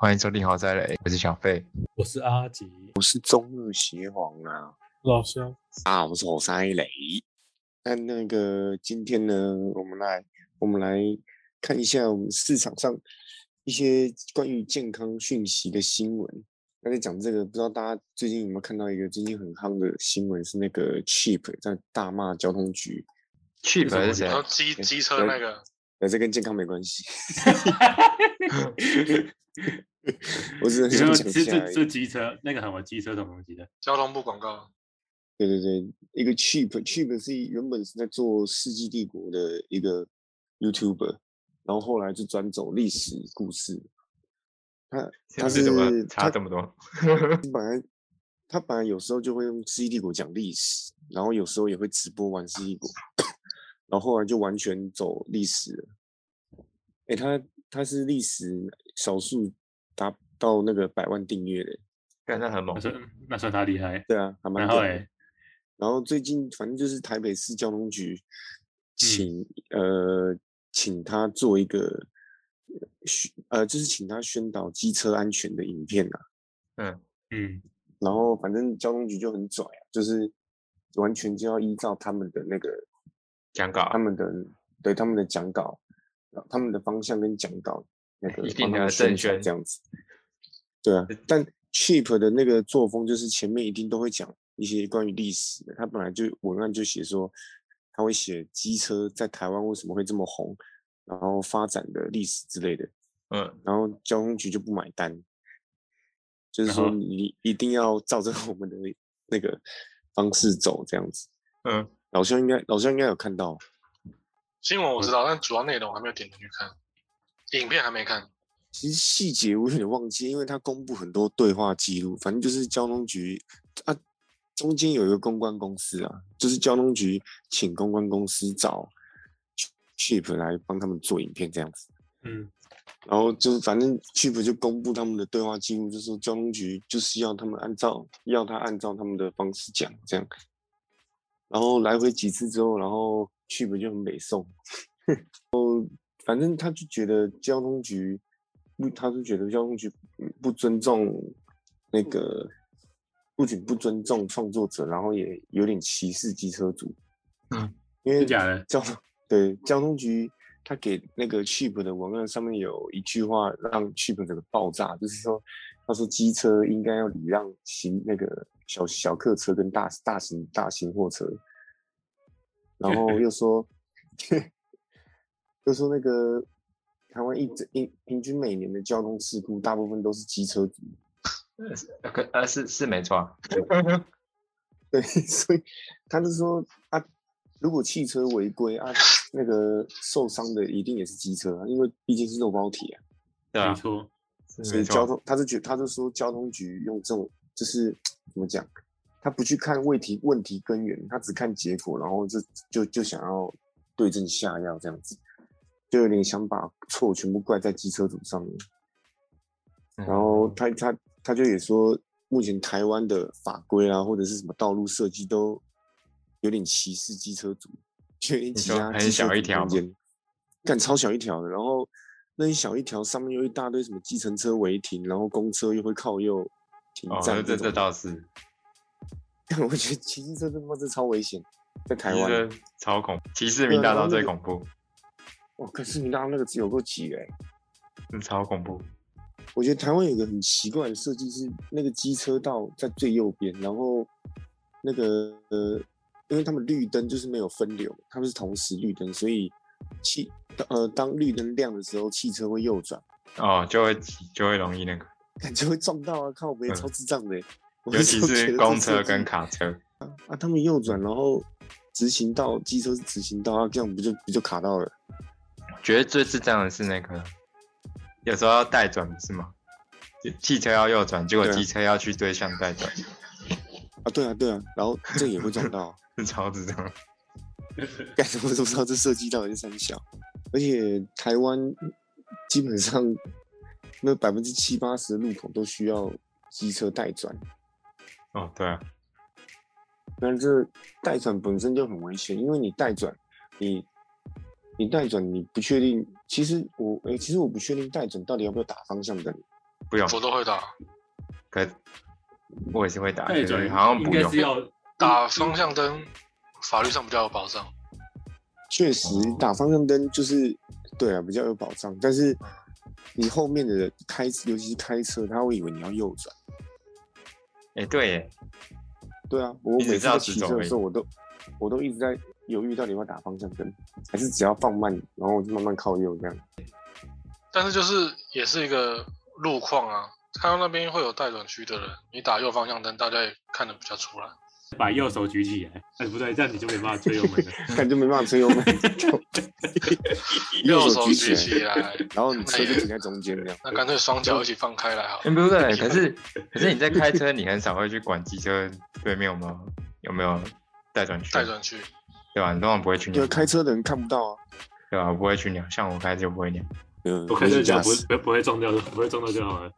欢迎收听《豪宅雷》，我是小费。我是阿吉，是中日协皇啊老乡，啊，我是侯赛雷。那那个今天呢，我们来我们来看一下我们市场上一些关于健康讯息的新闻。那在讲这个，不知道大家最近有没有看到一个最近很夯的新闻，是那个 Cheap 在大骂交通局。 Cheap 什么是谁对然理后机机车那个，呃，这跟健康没 关系， 我只是很你说想讲一这下而这已。这机车那个什么机车什么东西的，交通部广告，对对对，一个 Cheap Cheap 是原本是在做《世纪帝国》的一个 YouTuber，然后后来就转走历史故事。他他是怎么是差他这么多？他本来有时候就会用《世纪帝国》讲历史，然后有时候也会直播玩《世纪帝国》，然后后来就完全走历史了。哎，他他是历史少数达到那个百万订阅的，干他很猛那，算那算他厉害。对啊，还蛮然屌后的哎，然后最近反正就是台北市交通局嗯请、呃请他做一个宣呃就是请他宣导机车安全的影片啊，嗯，然后反正交通局就很拽啊，就是完全就要依照他们的那个讲稿啊他们的对他们的讲稿，呃他们的方向跟讲稿那个 一定帮他们的宣正传宣这样子。对啊，但 Cheap 的那个作风就是前面一定都会讲一些关于历史的，他本来就文案就写说他会写机车在台湾为什么会这么红，然后发展的历史之类的，嗯，然后交通局就不买单，就是然说后你一定要照着我们的那个方式走这样子。嗯，老乡应该老乡应该有看到。新闻我知道，但主要内容我还没有点进去看，影片还没看。其实细节我有点忘记，因为他公布很多对话记录，反正就是交通局啊，中间有一个公关公司啊，就是交通局请公关公司找 Chip 来帮他们做影片这样子，嗯，然后就是反正 Chip 就公布他们的对话记录，就说交通局就是要他们按照要他按照他们的方式讲这样，然后来回几次之后，然后 Chip 就很美送， 反正他就觉得交通局不，他就觉得交通局不尊重那个，不仅不尊重创作者，然后也有点歧视机车族。嗯，因为真假的？交通对交通局，他给那个 Cheap 的文案上面有一句话让 Cheap 整个爆炸，就是说，他说机车应该要礼让行那个小小客车跟大大型大型货车，然后又说， 又说那个台湾一整一平均每年的交通事故大部分都是机车族，呃可呃是是没错啊，对， 所以他就说啊，如果汽车违规啊，那个受伤的一定也是机车啊，因为毕竟是肉包铁啊，对没啊，错，是所没以交错，啊通他就觉他就说交通局用这种就是怎么讲，他不去看问题问题根源，他只看结果，然后就就就想要对症下药这样子，就有点想把错全部怪在机车主上面。然然后他他他就也说，目前台湾的法规啊，或者是什么道路设计都有点歧视机车族，就有点挤说压很机车小族一条空吗间，干超小一条的。然后那一小一条上面又一大堆什么计程车违停，然后公车又会靠右停哦，站这这这种。倒是，干 我觉得骑机车他妈这超危险，在台湾。这超恐怖，歧视对明啊大然后道那最个恐怖，哇，可是你拉那个只有够挤哎、是超恐怖，我觉得台湾有一个很奇怪的设计是，那个机车道在最右边，然后那个呃，因为他们绿灯就是没有分流，他们是同时绿灯，所以汽呃当绿灯亮的时候，汽车会右转，哦，就会挤就会容易那个，感觉会撞到啊！看我们也嗯超智障的欸、我尤那其时候觉得是这公设车跟计卡车，啊，他们右转，然后直行道机车是直行道，啊，这样不就不就卡到了？觉得最智障的是那个，有时候要带转不是吗？就汽车要右转，结果对啊机车要去对向带转， 啊，对啊对啊，然后这也会撞到啊。是超智障。干什么都不知道这设计到底是三小，而且台湾基本上那百分之七八十的路口都需要机车代转，哦，对啊，那这代转本身就很危险，因为你代转，你你代转你不确定，其实我诶、其实我不确定代转到底要不要打方向灯，不用，我都会打，可我也是会打，带可转是好像应不该用是。要打方向灯，法律上比较有保障。确实哦打方向灯就是对啊，比较有保障。但是你后面的人开，尤其是开车，他会以为你要右转。哎，对耶，对啊，我一直每次知道在直骑走车而的已时候，我都我都一直在犹豫到底要不要打方向灯，还是只要放慢，然后我就慢慢靠右这 样。但是就是也是一个路况啊，看到那边会有待转区的人，你打右方向灯，大家也看得比较出来。把右手举起来，哎，不对，这样你就没办法推右门了。感觉没办法吹油门， 右手举举起来，然后你车就停在中间这样。那干脆双脚一起放开来好了。嗯，不对，可是可是你在开车，你很少会去管机车对面有没有有没有带转区，带转去，对吧？你通常不会去对鸟啊，，开车的人看不到啊。对吧？不会去鸟，像我开车不会鸟，嗯，我开车这驾样不会驶，不会不会撞掉，不会撞到就好了。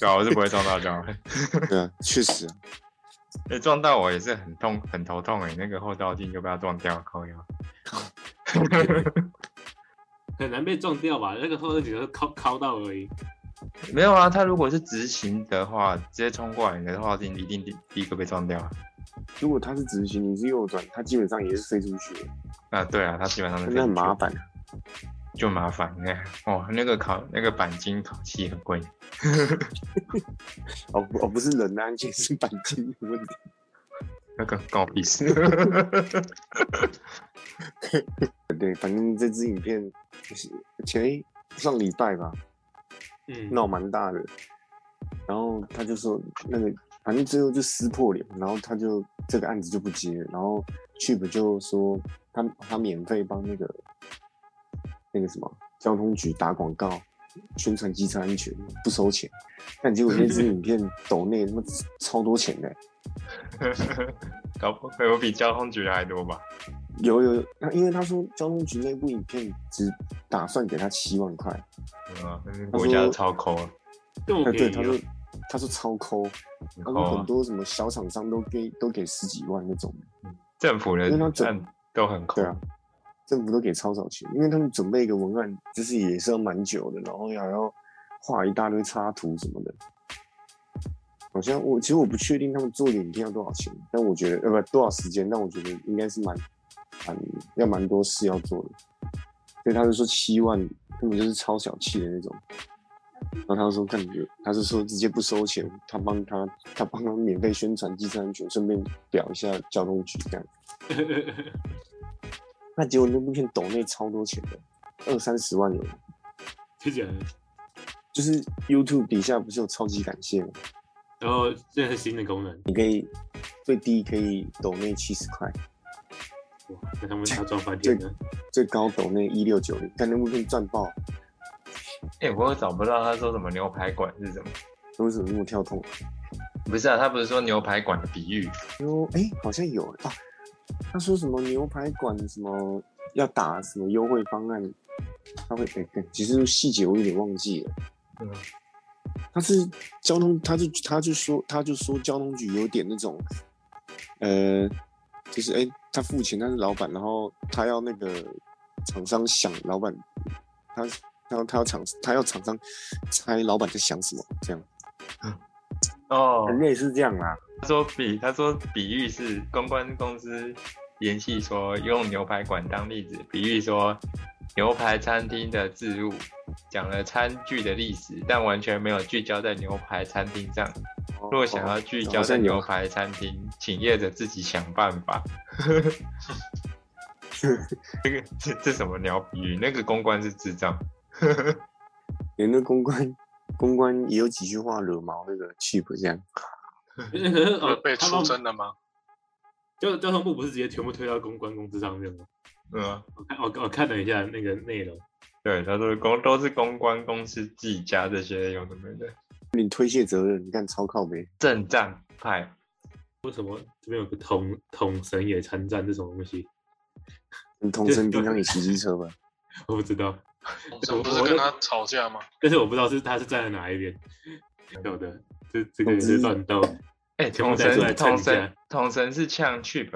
对吧？我是不会撞到这样，对啊，确实 啊， 哎撞到我也是很痛，很头痛哎，那个后照镜就被它撞掉，靠腰。很难被撞掉吧？那个后视镜都敲敲到而已。没有啊，他如果是直行的话，直接冲过来你的话，一定一定第第一个被撞掉啊。如果他是直行，你是右转，他基本上也是飞出去的，啊，对啊，他基本上是那很麻烦。啊就麻烦你看哦，那个烤那个钣金烤漆很贵，哦不哦，不是人的安全，是钣金的问题。 那个关我屁事。对，反正这支影片就是前一上礼拜吧，嗯，闹蛮大的。然后他就说那个，反正最后就撕破脸，然后他就这个案子就不接了，然后 Chip 就说他他免费帮那个那个什么交通局打广告，宣传机车安全不收钱，但结果那支 影片抖内他妈超多钱的、搞不会我比交通局的还多吧？有有有，那因为他说交通局那部影片只打算给他七万块，嗯啊，那国家的超抠啊，这么那便对宜啊、他哦说他说超抠，很他抠说很啊。多什么小厂商都给都给十几万那种，政府的因为他整政都很抠对，啊，政府都给超少钱，因为他们准备一个文案，就是也是要蛮久的，然后还要画一大堆插图什么的。好像我其实我不确定他们做的影片要多少钱，但我觉得呃不多少时间，但我觉得应该是蛮蛮要蛮多事要做的，所以他就说七万根本就是超小气的那种。然后他就说感觉，他就说直接不收钱，他帮他他帮他免费宣传机车安全，顺便表一下交通局这样。那结果那部片抖内超多钱的，二三十万有。就这样。就是 YouTube 底下不是有超级感谢吗？然后这是新的功能，最低可以抖内七十块，哇，那他们要撞翻天了。最高抖内一六九零，但那部片赚爆，哎、我又找不到他说什么牛排馆是什么？为什么那么跳痛？不是啊，他不是说牛排馆的比喻，然后哎、好像有啊，他说什么牛排馆什么要打什么优惠方案，他会哎、哎其实细节我有点忘记了。嗯他是交通，他就他就说他就说交通局有点那种，呃，就是哎、诶他付钱，他是老板，然后他要那个厂商想老板，他他他要厂他要厂商猜老板在想什么，这样哦，类似这样啦。他说比他说比喻是公关公司联系说用牛排馆当例子，比喻说牛排餐厅的置入，讲了餐具的历史，但完全没有聚焦在牛排餐厅上。哦若想要哦聚焦在牛排餐厅，请业者自己想办法。这个这这什么鸟比喻？那个公关是智障。连那公关公关也有几句话惹毛那个 cheap 这样，那可是会哦，被他出们征的吗？交交通部不是直接全部推到公关公司上面吗？嗯啊、我看我我看了一下那个内容，对，他说公都是公关公司自己加这些有的没的，你推卸责任，你看超靠背，正战派。为什么这边有个统统神也参战这什么东西？你同生平常也骑机车吧？我不知道，我这不是跟他吵架吗？但是我不知道是他是站在哪一边。有的，这这个也是乱斗。哎、全部统带出神来统蹭一下神统神是呛 Chip，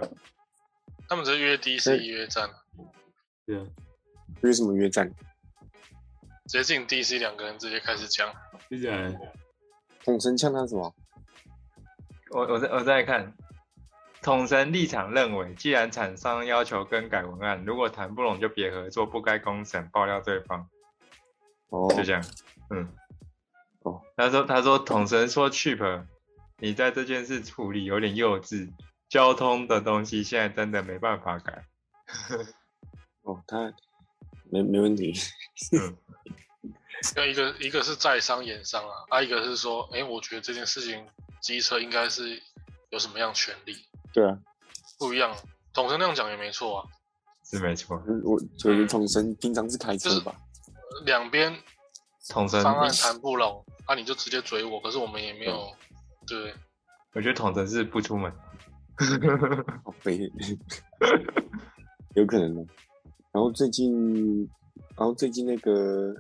他们只是约第一次约战，对啊，为什么约战？直接进 DC 两个人直接开始讲，就这样。统神呛他什么？我我在我在看，统神立场认为，既然厂商要求更改文案，如果谈不拢就别合作，不该公审爆料对方，哦，就这样。嗯，哦，他说他说统神说 cheap，你在这件事处理有点幼稚，交通的东西现在真的没办法改。哦，他没没问题。 嗯，那一个一个是在商言商啊，啊一个是说，哎、我觉得这件事情机车应该是有什么样权利，对啊，不一样。统神那样讲也没错啊，是没错。嗯我觉得统神平常是开车吧？两边统神方案谈不拢，啊你就直接怼我，可是我们也没有，对不对？我觉得统神是不出门。好悲， 有可能哦。然后最近，然后最近那个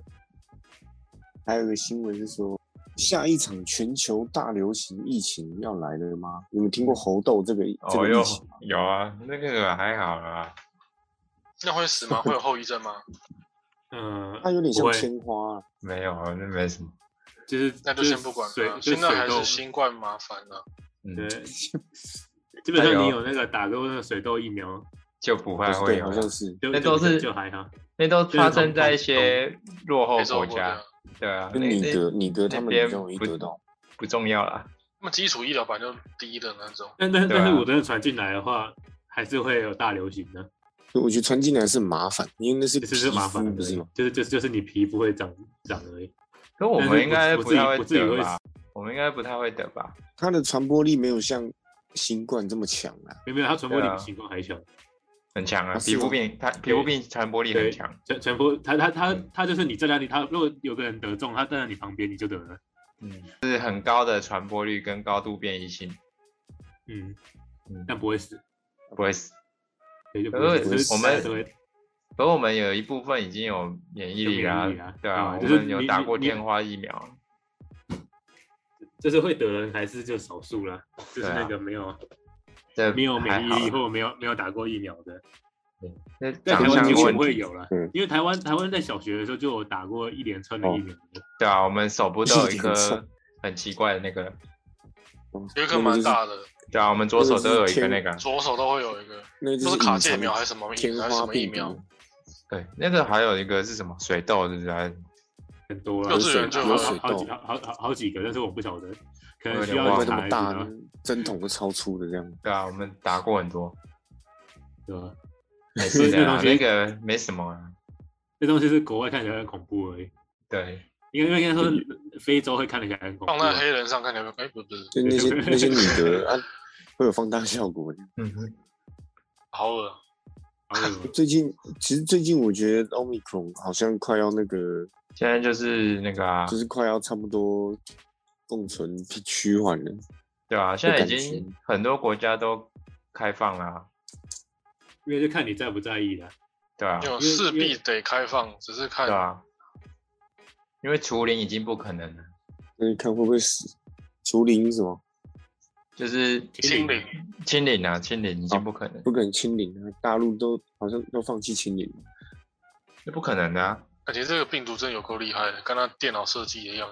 还有个新闻是说，下一场全球大流行疫情要来了吗？你们听过猴痘这个、这哦个哟疫情吗？，有啊，那个还好啦。那会死吗？会有后遗症吗？嗯，它有点不像会天花、啊，没有，那没什么。就是那就就是先不管水了，，啊就现在还水痘是新冠麻烦啊了、嗯 对，，基本加上油你有那个打过那个水痘疫苗，就不会就是会对，有好啦，像是。就那就都是就还好。那都发生在一些落后非洲国国家家。。对啊，跟那你那得你得他那们比边较容易不得到，不重要啦。那么基础医疗版就低的那种，但但对啊但是我真的传进来的话，还是会有大流行的，所以我觉得传进来是很麻烦，因为那是就皮是是麻烦肤而已，不是吗？就是就是就是你皮肤会长长而已。可我但是们应该我不自己太会我自己得会吧？我们应该不太会得吧？它的传播力没有像新冠这么强啊。没有没有，它传播力对啊比新冠还小，很强哦啊，啊皮是肤吗病它皮肤病传播力很对强。传传播它它它嗯它就是你站在你它如果有个人得中，他站在你旁边你就得了。嗯，是很高的传播率跟高度变异性，嗯嗯，但不会死，不会死。所以就不可会是死。就是我大家们都会可我们有一部分已经有免疫力啦有免疫力啊，对啊，嗯我就是们有你打你过你天花疫苗，就是会得的人还是就少数啦，就是那个没有这没有啊还免疫好力或没有没有打过疫苗的，那在长台相湾的几乎问不题，会有啦嗯，因为台湾台湾在小学的时候就有打过一连串的疫苗，对啊，我们手部都有一颗有点像很奇怪的那个，哦有一颗蛮大的，对啊，我们左手都有一个那个，左手都会有一个，那个就都是是隐藏卡介苗还是什么疫天还是什花么疫病毒苗？对，那个还有一个是什么水痘，是不是还是？很多啦幼稚园就好有好水好几痘好好好好几个，但是我不晓得，可能我有需点要忘去怪了查这么一大下，，针筒都超粗的这样。对啊，我们打过很多，对吧？没事 的啦，所以那这个没什么啊。这东西是国外看起来很恐怖而已，对，应该应该说嗯非洲会看起来很恐怖放啊，在黑人上看起来，哎，不是不是，就那些那些女的啊，会有放大效果的。嗯哼，好恶，好恶最近其实最近我觉得 Omicron 好像快要那个，现在就是那个啊就，是快要差不多共存趋缓了。对啊，现在已感经觉很多国家都开放啊啦，因为就看你在不在意 啦。对啊，就因为势因必为得开放，只是对看啊，因为除零已经不可能了，那你看会不会死？除零什么？就是清零，清零啊，清零已经不可能，不可能清零啊！大陆都好像都放弃清零了。这不可能的啊，感觉这个病毒真有够厉害的，跟他电脑设计一样，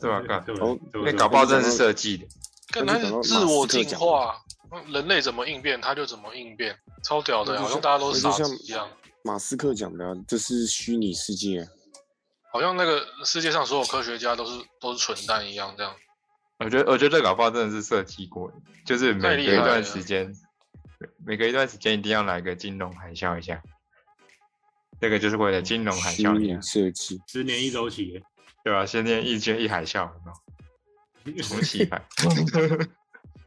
对啊，干，对吧哦对吧那搞不好真的是设计的，跟他但是是讲到自我马斯克进讲化，嗯人类怎么应变他就怎么应变，超屌我的，啊就好像像大家都是傻我就子像一样。马斯克讲的、啊，这是虚拟世界、啊，好像那个世界上所有科学家都是都是蠢蛋一样，这样我觉得我觉得这搞不好真的是设计过的，就是每太隔厉一害段了时间，每隔一段时间一定要来个金融海啸一下，这个就是为了金融海虚啸一下拟。设计。十年一周期，对啊，先念一圈一海啸，有没有？重启海。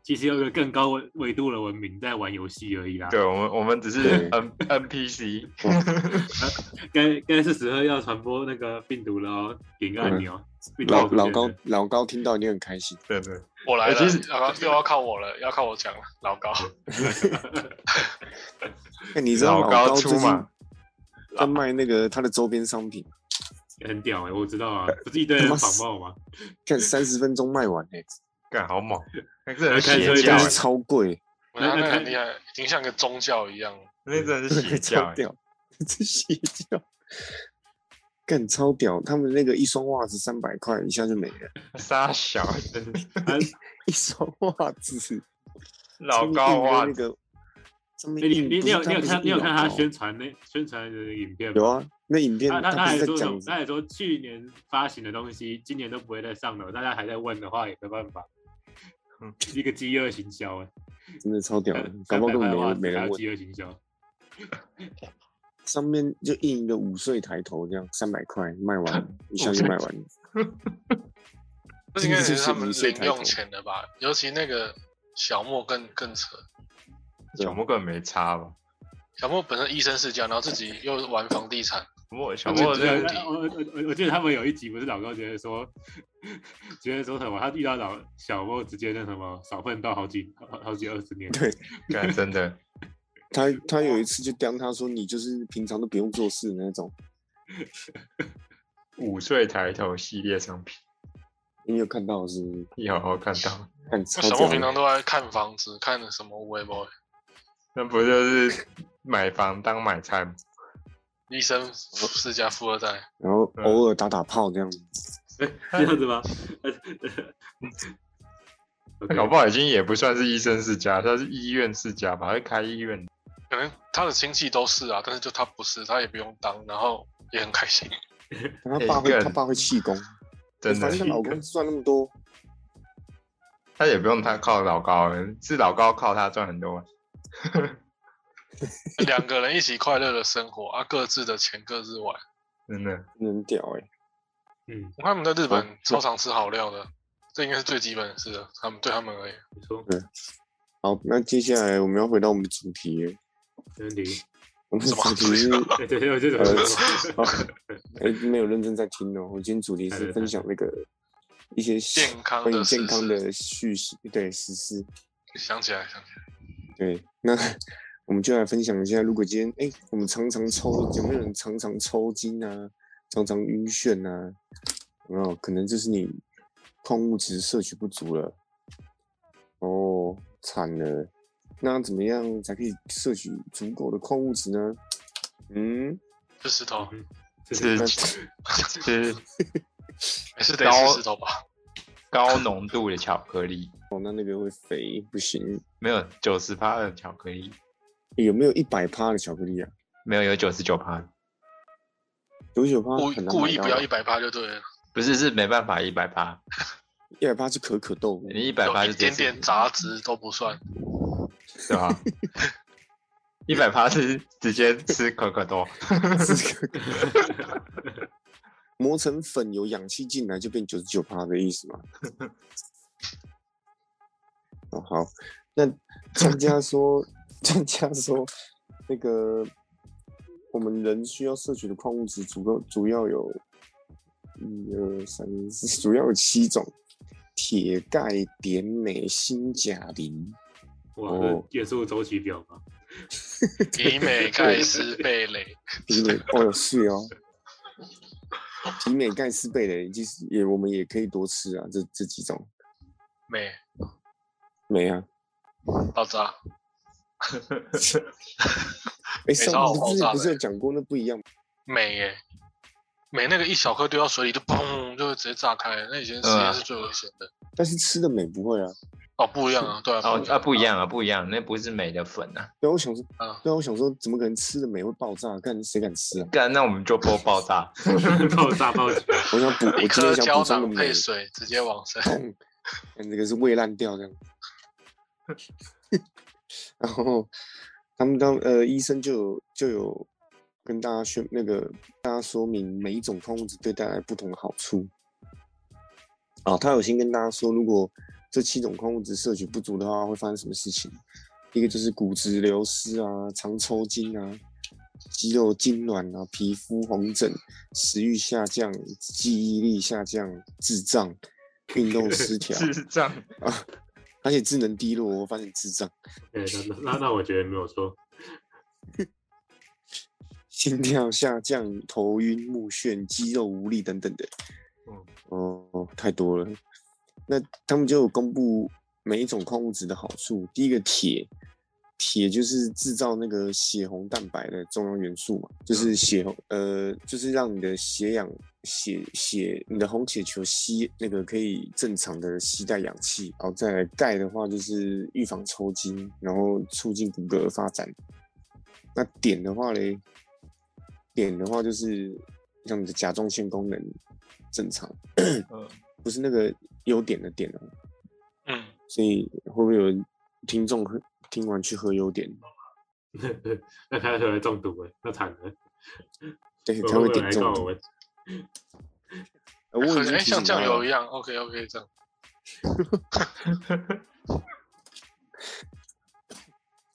其实有一个更高维维度的文明在玩游戏而已啦。对我们，我们只是 N NPC。该该是时候要传播那个病毒了哦，点个按钮。嗯病毒老出现老高了老高听到你很开心，对对，我来哎了，其实然后又要靠我了，要靠我讲了，老高，那哎你知道老老高高出最近马在卖那个他的周边商品，很屌哎、我知 道啊，不是一堆人仿冒吗？看三十分钟卖完诶、干好猛，那真的是开车邪一教下真欸是，超贵，那那那那他很厉害，已经像个宗教一样。 欸 那真的是邪教超欸。屌，这邪教。干超屌，他们那个一双袜子三百块，一下就没了，傻小子，啊一双袜子，老高啊，袜那子，个上面哎你印你不你是有它你有不是看你印有看老他高宣传那宣传的影片吗？有啊，那影片他他他不还是在说什讲么？他还说去年发行的东西，今年都不会再上了。大家还在问的话，也没办法嗯。一个饥饿行销哎，真的超屌的，搞三不百好根块本的没袜人没子还人要问，饥饿行销，上面就印一个五岁抬头这样，三百块卖完了，一下就卖完了。 这应该也 这是是他们一岁零抬头用钱的吧？尤其那个小莫更更扯，对小莫根本没差吧？小莫本身医生世家，然后自己又玩房地产，小莫小我莫我这个我我我记得他们有一集不是老高觉得说，觉得说什么他遇到老小莫直接那什么少奋斗好几好好几二十年，对干真的，他，他有一次就刁他说你就是平常都不用做事的那种，五岁抬头系列商品，你有看到是不是？有我看到，看超小莫屌平常的，都在看房子，看什么微博，那不就是买房当买菜吗？医生世家富二代，然后嗯偶尔打打炮这样，这样子 吗？OK 搞不好已经也不算是医生世家，他是医院世家吧，他是开医院。可能他的亲戚都是啊，但是就他不是，他也不用当，然后也很开心。 他爸会哎干他爸会气功，真的反正他，老公赚那么多，他也不用他靠老高，是老高靠他赚很多啊。两个人一起快乐的生活啊，各自的钱各自玩。真 的，真的很屌哎、嗯，我看他们在日哦本超常吃好料的，这应该是最基本的事了。他们对他们而言，你说好，那接下来我们要回到我们的主题了，没问题。 我们的什么主题是对对对，我就怎么呃说？哦，哎、没有认真在听哦。我今天主题对是对分享那个一些健康的关于健时康事的叙事，对实事。想起来想起来，对，那我们就来分享一下，如果今天哎、我们常常抽，有没有人常常抽筋啊，常常晕眩啊？有没有可能就是你矿物质摄取不足了，哦，惨了。那怎么样才可以摄取足够的矿物质呢？嗯，吃石头，哦 嗯就是是那是还是得吃石头吧。高浓度的巧克力，哦，那那个会肥，不行。没有九十趴的巧克力，有没有一百趴的巧克力啊？没有有九十九趴，九九趴故嗯很难故意买不到啊要一百趴就对了，不是是没办法一百趴，一百八是可可豆，你一百趴有就一直接点是点杂质都不算。对吧？一百趴是直接吃可 可豆，是可可 磨成粉有氧气进来就变九十九趴的意思嘛？哦，好，那专家说， 专家说，那个我们人需要摄取的矿物质主要主要有一二三四，主要有七种：铁、钙、碘、镁、锌、钾、磷。哇，哦这元素周期表嘛，以 美盖斯贝雷，体美哦是哦，体美盖斯贝雷其实也我们也可以多吃啊，这这几种美没啊？爆炸，欸哎，上超好次爆不是炸不是的有讲过那不一样？美耶、美那个一小颗丢到水里就砰，就会直接炸开。那以前实啊验是最危险的。但是吃的美不会啊。哦，不一样啊，对啊，哦一啊样不一样啊不一样，那不是美的粉啊，对啊，我想说，啊，对啊，我想说，怎么可能吃的美会爆炸？看谁敢吃啊？干那我们就播爆炸，爆炸爆炸，我想补，我一今颗天想胶补充个囊镁配，水直接往生。砰，看这个是胃烂掉这样。 然后他们当呃医生就有就有跟大家宣那个大家说明每一种矿物质对带来不同的好处。啊，他有先跟大家说，如果这七种矿物质摄取不足的话，会发生什么事情？一个就是骨质流失啊，常抽筋啊，肌肉痉挛啊，皮肤红疹，食欲下降，记忆力下降，智障，运动失调，智障。而且智能低落。我发现智障。对，那那那我觉得没有错，心跳下降、头晕目眩、肌肉无力等等的。嗯哦、太多了。那他们就有公布每一种矿物质的好处。第一个铁，铁就是制造那个血红蛋白的重要元素嘛，就是血红呃，就是让你的血氧血血你的红血球吸那个可以正常的吸带氧气，然后再来钙的话就是预防抽筋，然后促进骨骼发展。那碘的话嘞，碘的话就是让你的甲状腺功能正常，嗯，不是那个优点的碘哦，嗯，所以会不会有听众喝听完去喝优碘？那他可能中毒了，那惨了，对，会他不会会有人点来中告毒我。们？呃我可能已经提哎像醒他酱油了一样，OK OK 这样。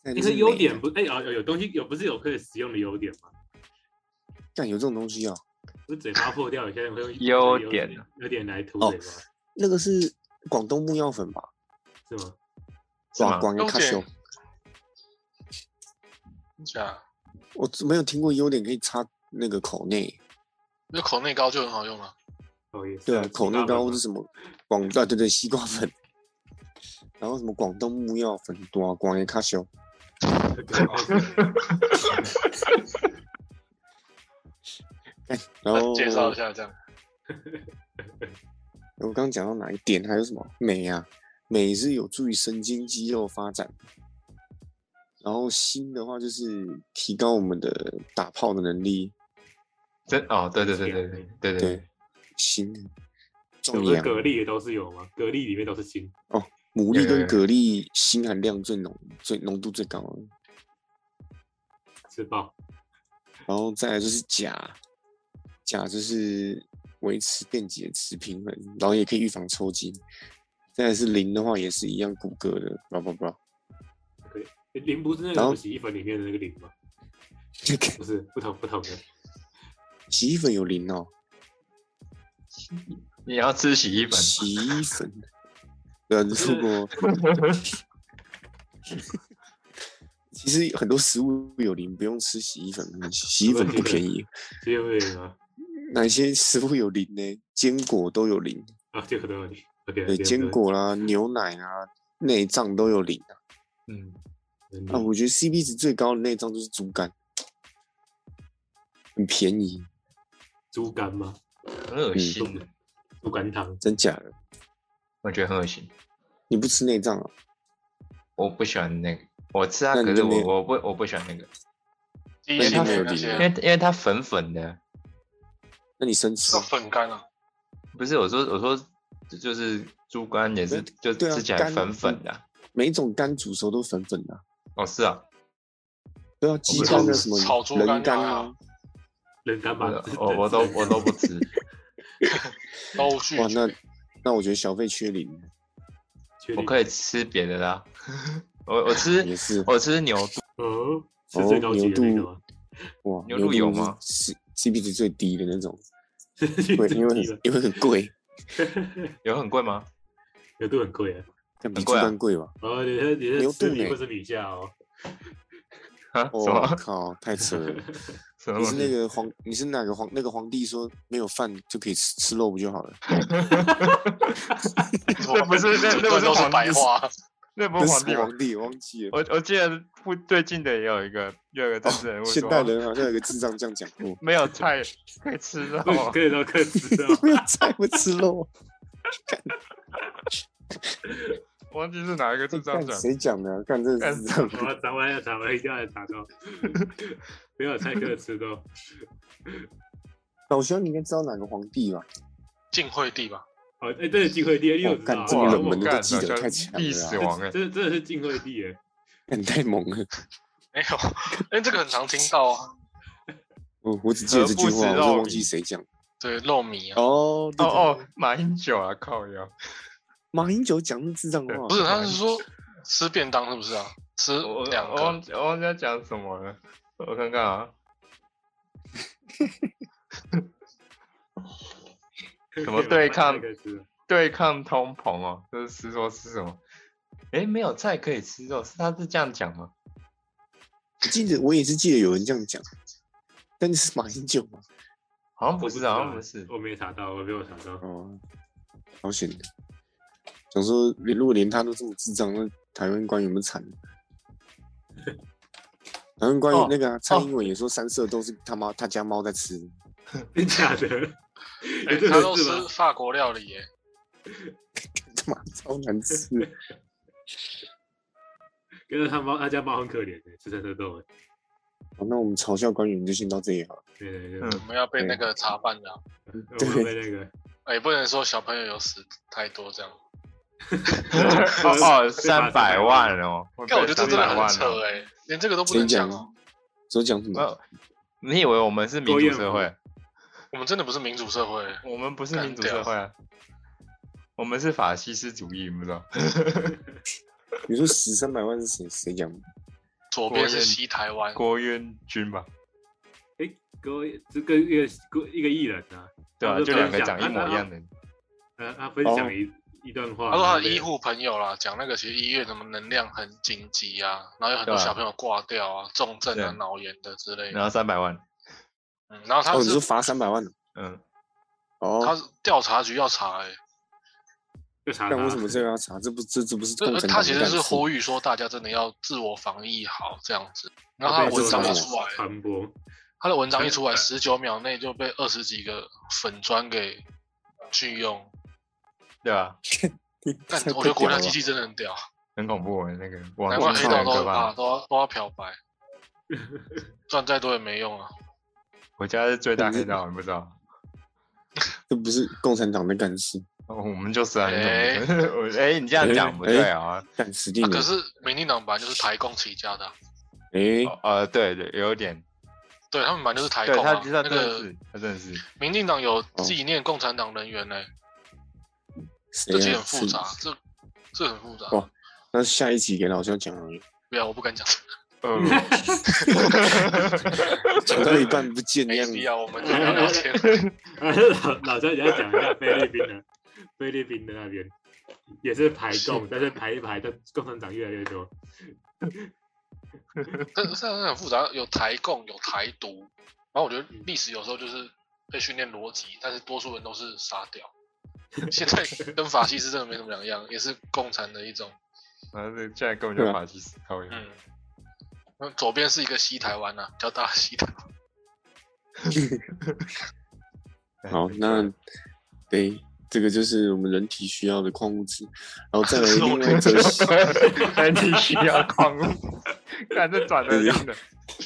那你就说是优镁点不？哎啊，有有东西有不是有可以使用的优点吗？干有这种东西啊？不是嘴巴破掉，有些人会用 优优点啊点优点来涂哦嘴巴，那个是广东木药粉吧？是吗？是哇，吗？广个优卡点修，真假？我没有听过优点可以擦那个口内。那口内膏就很好用了。哦，也是对啊，西口内瓜粉膏嘛是什么？广啊，对对，西瓜粉， 然后什么广东木药粉多啊，广个卡修。 然后啊介绍一下这样。我刚刚讲到哪一点？还有什么镁啊？镁是有助于神经肌肉发展，然后锌的话就是提高我们的打炮的能力。真哦，对对对对对对对对对，，锌是壮不是阳。蛤蜊也都是有吗？蛤蜊里面都是锌，啊牡有有蛎有跟蛤蜊锌含量最浓、最浓度最高的，吃爆。然后再来就是钾，钾就是维持电解质平衡，然后也可以预防抽筋。再来是磷的话，也是一样骨骼的，blah blah blah 磷不是那然个后洗衣粉里面的那个磷吗？这个不是，不同不同的。洗衣粉有磷哦，你要吃洗衣粉，洗衣粉。呃，如 果其实很多食物有磷，不用吃洗衣粉，洗衣粉不便宜。这有点吗？哪些食物有磷呢？坚果都有磷。啊，这个都有你。OK，对，坚果啦、牛奶啊、内脏都有磷啊。嗯，嗯啊，我觉得 CP 值最高的内脏就是猪肝，很便宜，猪肝吗？很恶嗯心的，猪肝汤，真假的？我觉得很恶心，你不吃内脏啊？我不喜欢那个，我吃它，那可你是就没我有我不我不喜欢那个，第一没性它的有那理因些为因为它粉粉的，那你生吃叫？粉干啊，不是我说我说就是猪肝也是，就对啊吃起来肝粉粉的啊，每一种肝煮熟都粉粉的啊、哦是啊，对啊，鸡不肝啊吃什么炒猪人肝肝啊啊，人肝吧我？我啊哦我都我都不吃，都嗯去哇， 那那我觉得小费缺磷我可以。以吃别的啦，我我吃 也是我吃牛哦，是哦最高级的那个吗？ 哇，牛肚有吗是 CP 值最低的那种，是最因为因为低很因为很贵，了，有很贵吗？牛肚很贵啊。但比很猪贵啊肝贵吧？哦，你是你牛是肚吃米呢或是米价哦？啊我、什么靠，太 扯了！什么东你哦是那西？个皇，你是哪个皇？那个皇帝说没有饭就可以吃吃肉不就好了？那不是那那不都是是黄白历话，那不不是是皇帝吗？皇帝，我忘记了。我我记得不最近的也有一个，又有一个政治人物说，，哦现代人好像有个智障这样讲过没有菜可以吃 肉， 可以到克斯哦。没有菜不吃肉， 我忘记是哪一个智障干讲。谁讲的啊？干这个干智障，我要查完要查完，一定要来查到， 没有菜可以吃的哦。老兄，你应该知道哪个皇帝吧？晋惠帝吧？哦，哎，这是金惠帝，因为我哦，知道干啊，这么哇冷门我的都干记好得，像太强历了史啊！王哎、这这是金惠帝耶。干太猛了，没有，哎，这个很常听到啊。我我只记得这句何不食话，我肉都忘糜记谁讲。对，肉糜啊，哦，哦对，哦，马英九啊，靠腰，马英九讲的智障话对，不是，他哦是说吃便当是不是啊？吃我我哦两我个忘记我忘记要讲什么了，我看看啊。怎么 对抗可以吃的对抗通膨哦，这是说是什么？哎，没有菜可以吃肉，是他是这样讲吗？我记得我也是记得有人这样讲，但是马英九嘛，好像我不知是，道好像不是。我没查到，我没有查到。 哦，好险！啊想说，如果连他都这么智障，那台湾官员不惨？然后关于哦那个啊、蔡英文也说三色都是他妈他家猫在吃， 真假的？有哎这他都回事吃吗？法国料理耶，他妈超难吃。跟着他猫，他家猫很可怜的，吃三色豆。好，那我们嘲笑官员就先到这里好了。对对对，嗯我们要被那个查办了。嗯我们被那个哎，不能说小朋友有死太多这样， 哦，三百万哦，会但我觉得这三真的百很万扯哦。哎，连这个都不谁能讲讲啊哦。？谁讲什没么？有你以为我们是民主社会？我们真的不是民主社会，我们不是民主社会啊，我们是法西斯主义，你不知道？你说十三百万是谁谁讲？左边是西台湾，郭渊军吧？郭这跟一个郭一个艺人啊，对啊，他就两个分讲享一模一样。啊的。他他他他分哦享一一段话，他说他的然后医护朋友啦，讲那个其实医院什么能量很紧急啊，然后有很多对啊小朋友挂掉啊，重症啊、对脑炎的之类然的。后三百万，嗯然后他哦，你是说罚三百万的？嗯，他哦，是调查局要查哎，就查他那为什么这个要查？这不这这不是共这呃产他党其的实干事是？呼吁说大家真的要自我防疫好这样子。然后哦他被的文章这一种出来，传播， 他的文章一出来，十九秒内就被二十几个粉砖给拒用。对吧？但太我觉得国屌家了机吧器真的很屌，很恐怖欸，那个网难络怪上黑很道都可很怕，怕。都要都要漂 白，赚再多也没用啊。我家是最大黑道，你不知道？这不是共产党的干事，哦我们就是啊，你怎么 我哎，你这样讲不哎对啊。干死定啊了可。是民进党本来就是台共起家的啊、哎，哦呃，对对，有点，对他们本来就是台对共啊。他他那真的个是，他真 的是，民进党有哦纪念共产党人员呢、谁这其实啊？很复杂，哎是这这很复杂。哇那下一集给老肖讲 而已，不要，我不敢讲，呃，讲到一半不见没样必要，我们就聊聊天。老老张你要讲一下菲律宾的，菲律宾的那边也是排共，但是排一排，但共产党越来越多。 这这很复杂，有台共，有台独。然后我觉得历史有时候就是被训练逻辑，但是多数人都是傻 屌。现在跟法西斯真的没什么两样，也是共产的一种。反正这现在根本对就啊法西斯讨厌。嗯，那左边是一个西台湾啊，比较大的西台湾。嗯 哎好， 那对，这个就是我们人体需要的矿物质，然后 再来另外一则新， 哎，你需要矿物，看这转的真的，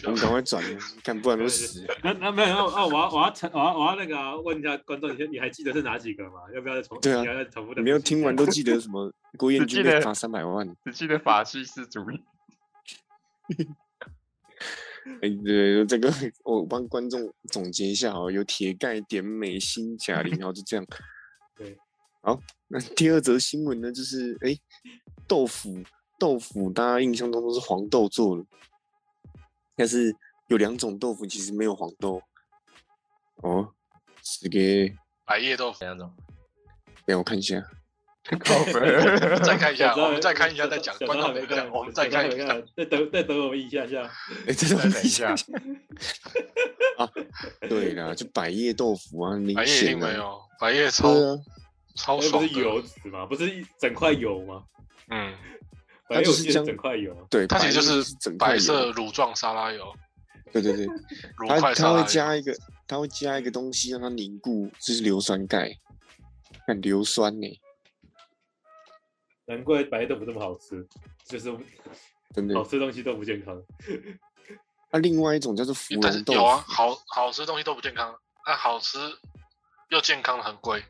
我们赶快转了，看不然 都死。那那没有那哦，我要我要承我要我要那个啊问一下观众，你你还记得是哪几个吗？要不要再重？对啊你要再重复的。你没有听完都记得 什么？郭彦只军记得被罚三百万，只记得法西斯主义。哎，对，这个我帮观众总结一下哦，有铁钙、碘镁、锌、钾、磷，然哦后就这样。对，好，那第二则新闻呢，就是哎，豆腐，豆腐大家印象中都是黄豆做的，但是有两种豆腐其实没有黄豆哦，是给白叶豆腐，怎样种？让我看一下，靠北啊 再看一小下，时候我们再看一下，再讲。小时观候还众没没看讲，我们再看一下。， 再等再等我们一下下。哎，这再种等一 下，对啦，就百叶豆腐啊，明白叶一显定没啊，有，白叶超对啊，超那不爽啊是油的。脂吗？不是一整块油吗？嗯，反正就我是记得将整块啊油。对，它其实百叶就是整块白油色，乳状沙拉油，对对对，乳它块沙它拉会油。加一个，它会加一个东西让它凝固，就是硫酸钙，看硫酸呢、难怪白豆腐这么好吃，就是真的哦好。吃东西都不健康。那、另外一种叫做芙但是蓉豆有啊，腐，好好吃的东西都不健康，啊，好吃又健康的很贵，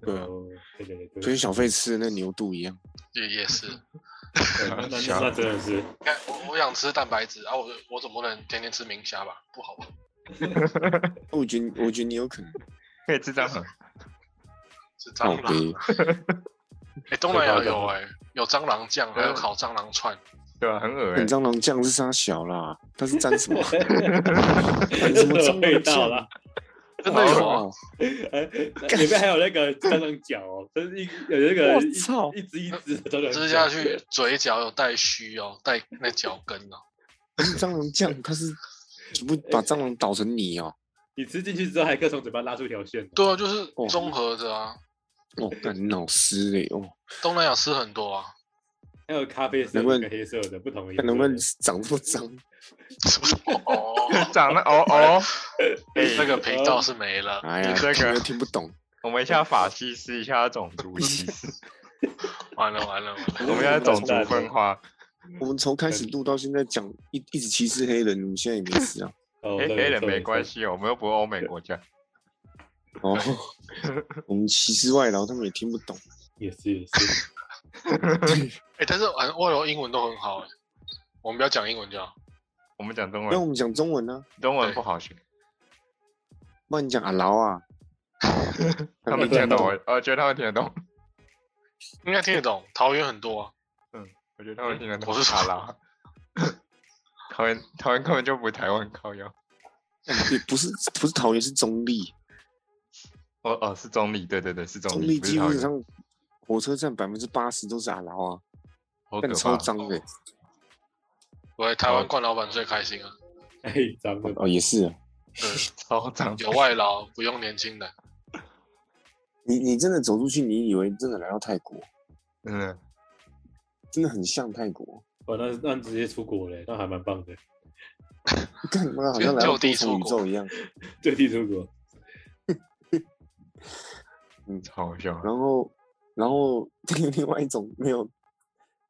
对啊，哦，对对对就对跟，小费吃的那牛肚一样。也也是。你那那那那真的是， 看我我想吃蛋白质啊，我我总不能天天吃明虾吧？不好吧？我觉得，我觉得你有可能可以吃蟑螂，是靠 蟑螂。背，哎，东南太亚夸张有了哎，有蟑螂酱，还有烤蟑螂串。对吧？很恶很心。蟑螂酱是沙小啦，它是沾什么？什味道啦？ 真的有啊哇，哎，里面还有那个蟑螂脚哦，就是一有那个我一操一只一只的蟑 螂吃下去嘴角有带须哦，带那脚跟哦。蟑螂酱它是全部把蟑螂捣成泥哦、你吃进去之后还可以从嘴巴拉出一条线。对啊，就是哦综合的啊。哦，干你老师嘞哦，东南亚吃很多啊，还有咖啡色能不能跟黑色的不同的颜色看的，能不能长不长。什么？哦，哎呃长得哦哦，那个频道是没了。哎呀，这个听都听不懂，我们向法西斯一下种族歧视，完了完了完了！我们要种族分化。我们从开始录到现在讲一一直歧视黑人，我们现在也没事啊。哦？黑哎对黑人错没关错系哦，我们又不是欧美国家。 哦，我们歧视外劳，他们也听不懂。也是也是，哎、但是好像外劳英文都很好哎、我们不要讲英文就好。我们讲中那我文，们讲中文呢、啊？中文对不好学。不然你讲阿 劳啊，他们听听得得懂，我啊我哦觉得他们听得懂，应该听得懂，桃园很多啊。 我觉得他们听得懂。我是说好 啦，台湾台湾根本就不是台湾靠腰。也不是不是桃园，是中立。哦哦，是中立，对对对，是中中立，立不是基桃本园，上火车站百分之八十都是阿劳啊，好可但超怕。脏的、我在台湾冠老板最开 心啊了，哎，长得哦，也是啊。对，超脏，有外劳不用年轻的，你你真的走出去，你以为真的来到泰国，嗯，真的很像泰国。哇，哦那那直接出国嘞，那还蛮棒的， 干妈好像来到就地多重出宇国宙一样。就地出国，超好笑。然后，然后 另外一种没有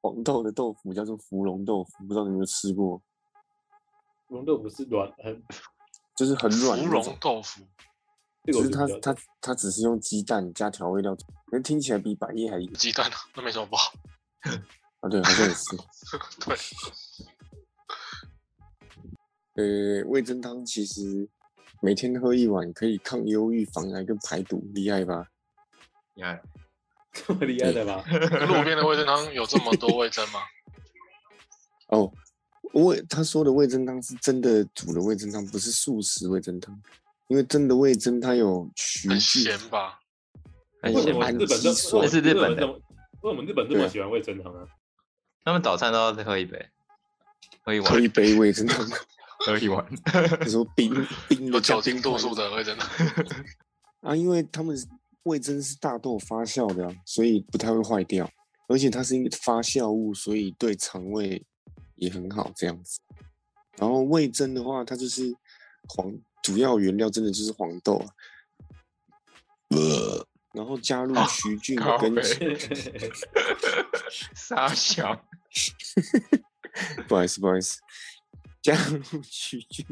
黄豆的豆腐叫做芙蓉豆腐，不知道你有没有吃过，龙豆不是软很，就是很软芙的那种蓉。豆腐，这个只我是就它比较它它只是用鸡蛋加调味料，那听起来比百叶还硬鸡蛋啊， 那没什么不好。啊！对，好像 也是。对， 呃，味噌汤其实每天喝一碗可以抗忧郁、防癌跟排毒，厉害吧？你看，这么厉害的吧？路边的味噌汤有这么多味 噌吗？哦，味他说的味噌汤是真的煮的味噌汤，不是素食味噌汤，因为真的味噌它有曲很菌。咸 吧？很为什咸么吧哎蛮日本鸡这碎为那是什么日本的这么为什么日本这对么啊喜欢味噌汤啊？他们早餐都要喝一杯，喝一碗喝，一杯味噌 汤，喝一碗。他说冰冰有的酒加精冰度块数的味噌汤，啊，因为他们味噌是大豆发酵的、啊，所以不太会坏掉，而且它是一个发酵物，所以对肠胃也很好这样子。然后味噌的话，它就是黄，主要原料真的就是黄豆啊，呃，然后加啊入曲菌靠跟北其傻小，不好意思，不好意思，加入曲菌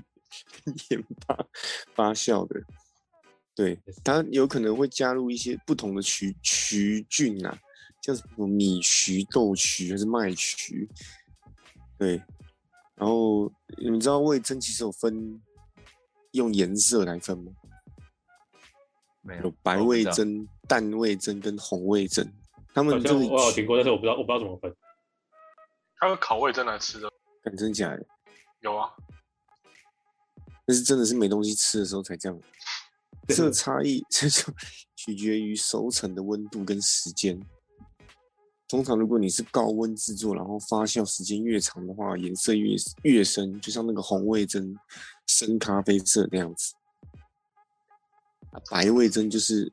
跟盐巴发酵的，对，它有可能会加入一些不同的曲曲菌啊，像什么米曲、豆曲还是麦曲，对。然后你们知道味噌其实有分用颜色来分吗？没有哦有白我不知味道噌、淡味噌跟红味噌，啊好他们这像里我好像听过，但是我不知道我不知道怎么分。还有烤味噌来吃的，敢真假的，有啊，但是真的是没东西吃的时候才这样。对这差异这就 取决于熟成的温度跟时间。通常如果你是高温制作，然后发酵时间越长的话，颜色越越深，就像那个红味噌深咖啡色那样子。啊白味噌就是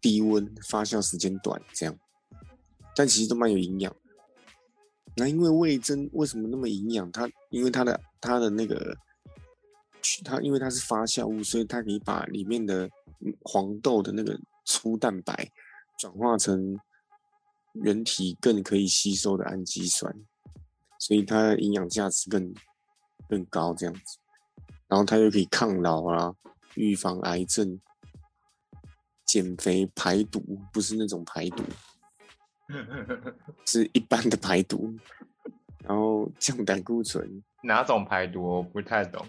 低温发酵时间短这样，但其实都蛮有营养。那因为味噌为什么那么营养？它因为它的它的那个它因为它是发酵物，所以它可以把里面的嗯黄豆的那个粗蛋白转化成人体更可以吸收的氨基酸，所以它的营养价值更更高这样子。然后它又可以抗老啊，预防癌症、减肥、排毒，不是那种排毒，是一般的排毒。然后降胆固醇，哪种排毒我不太懂。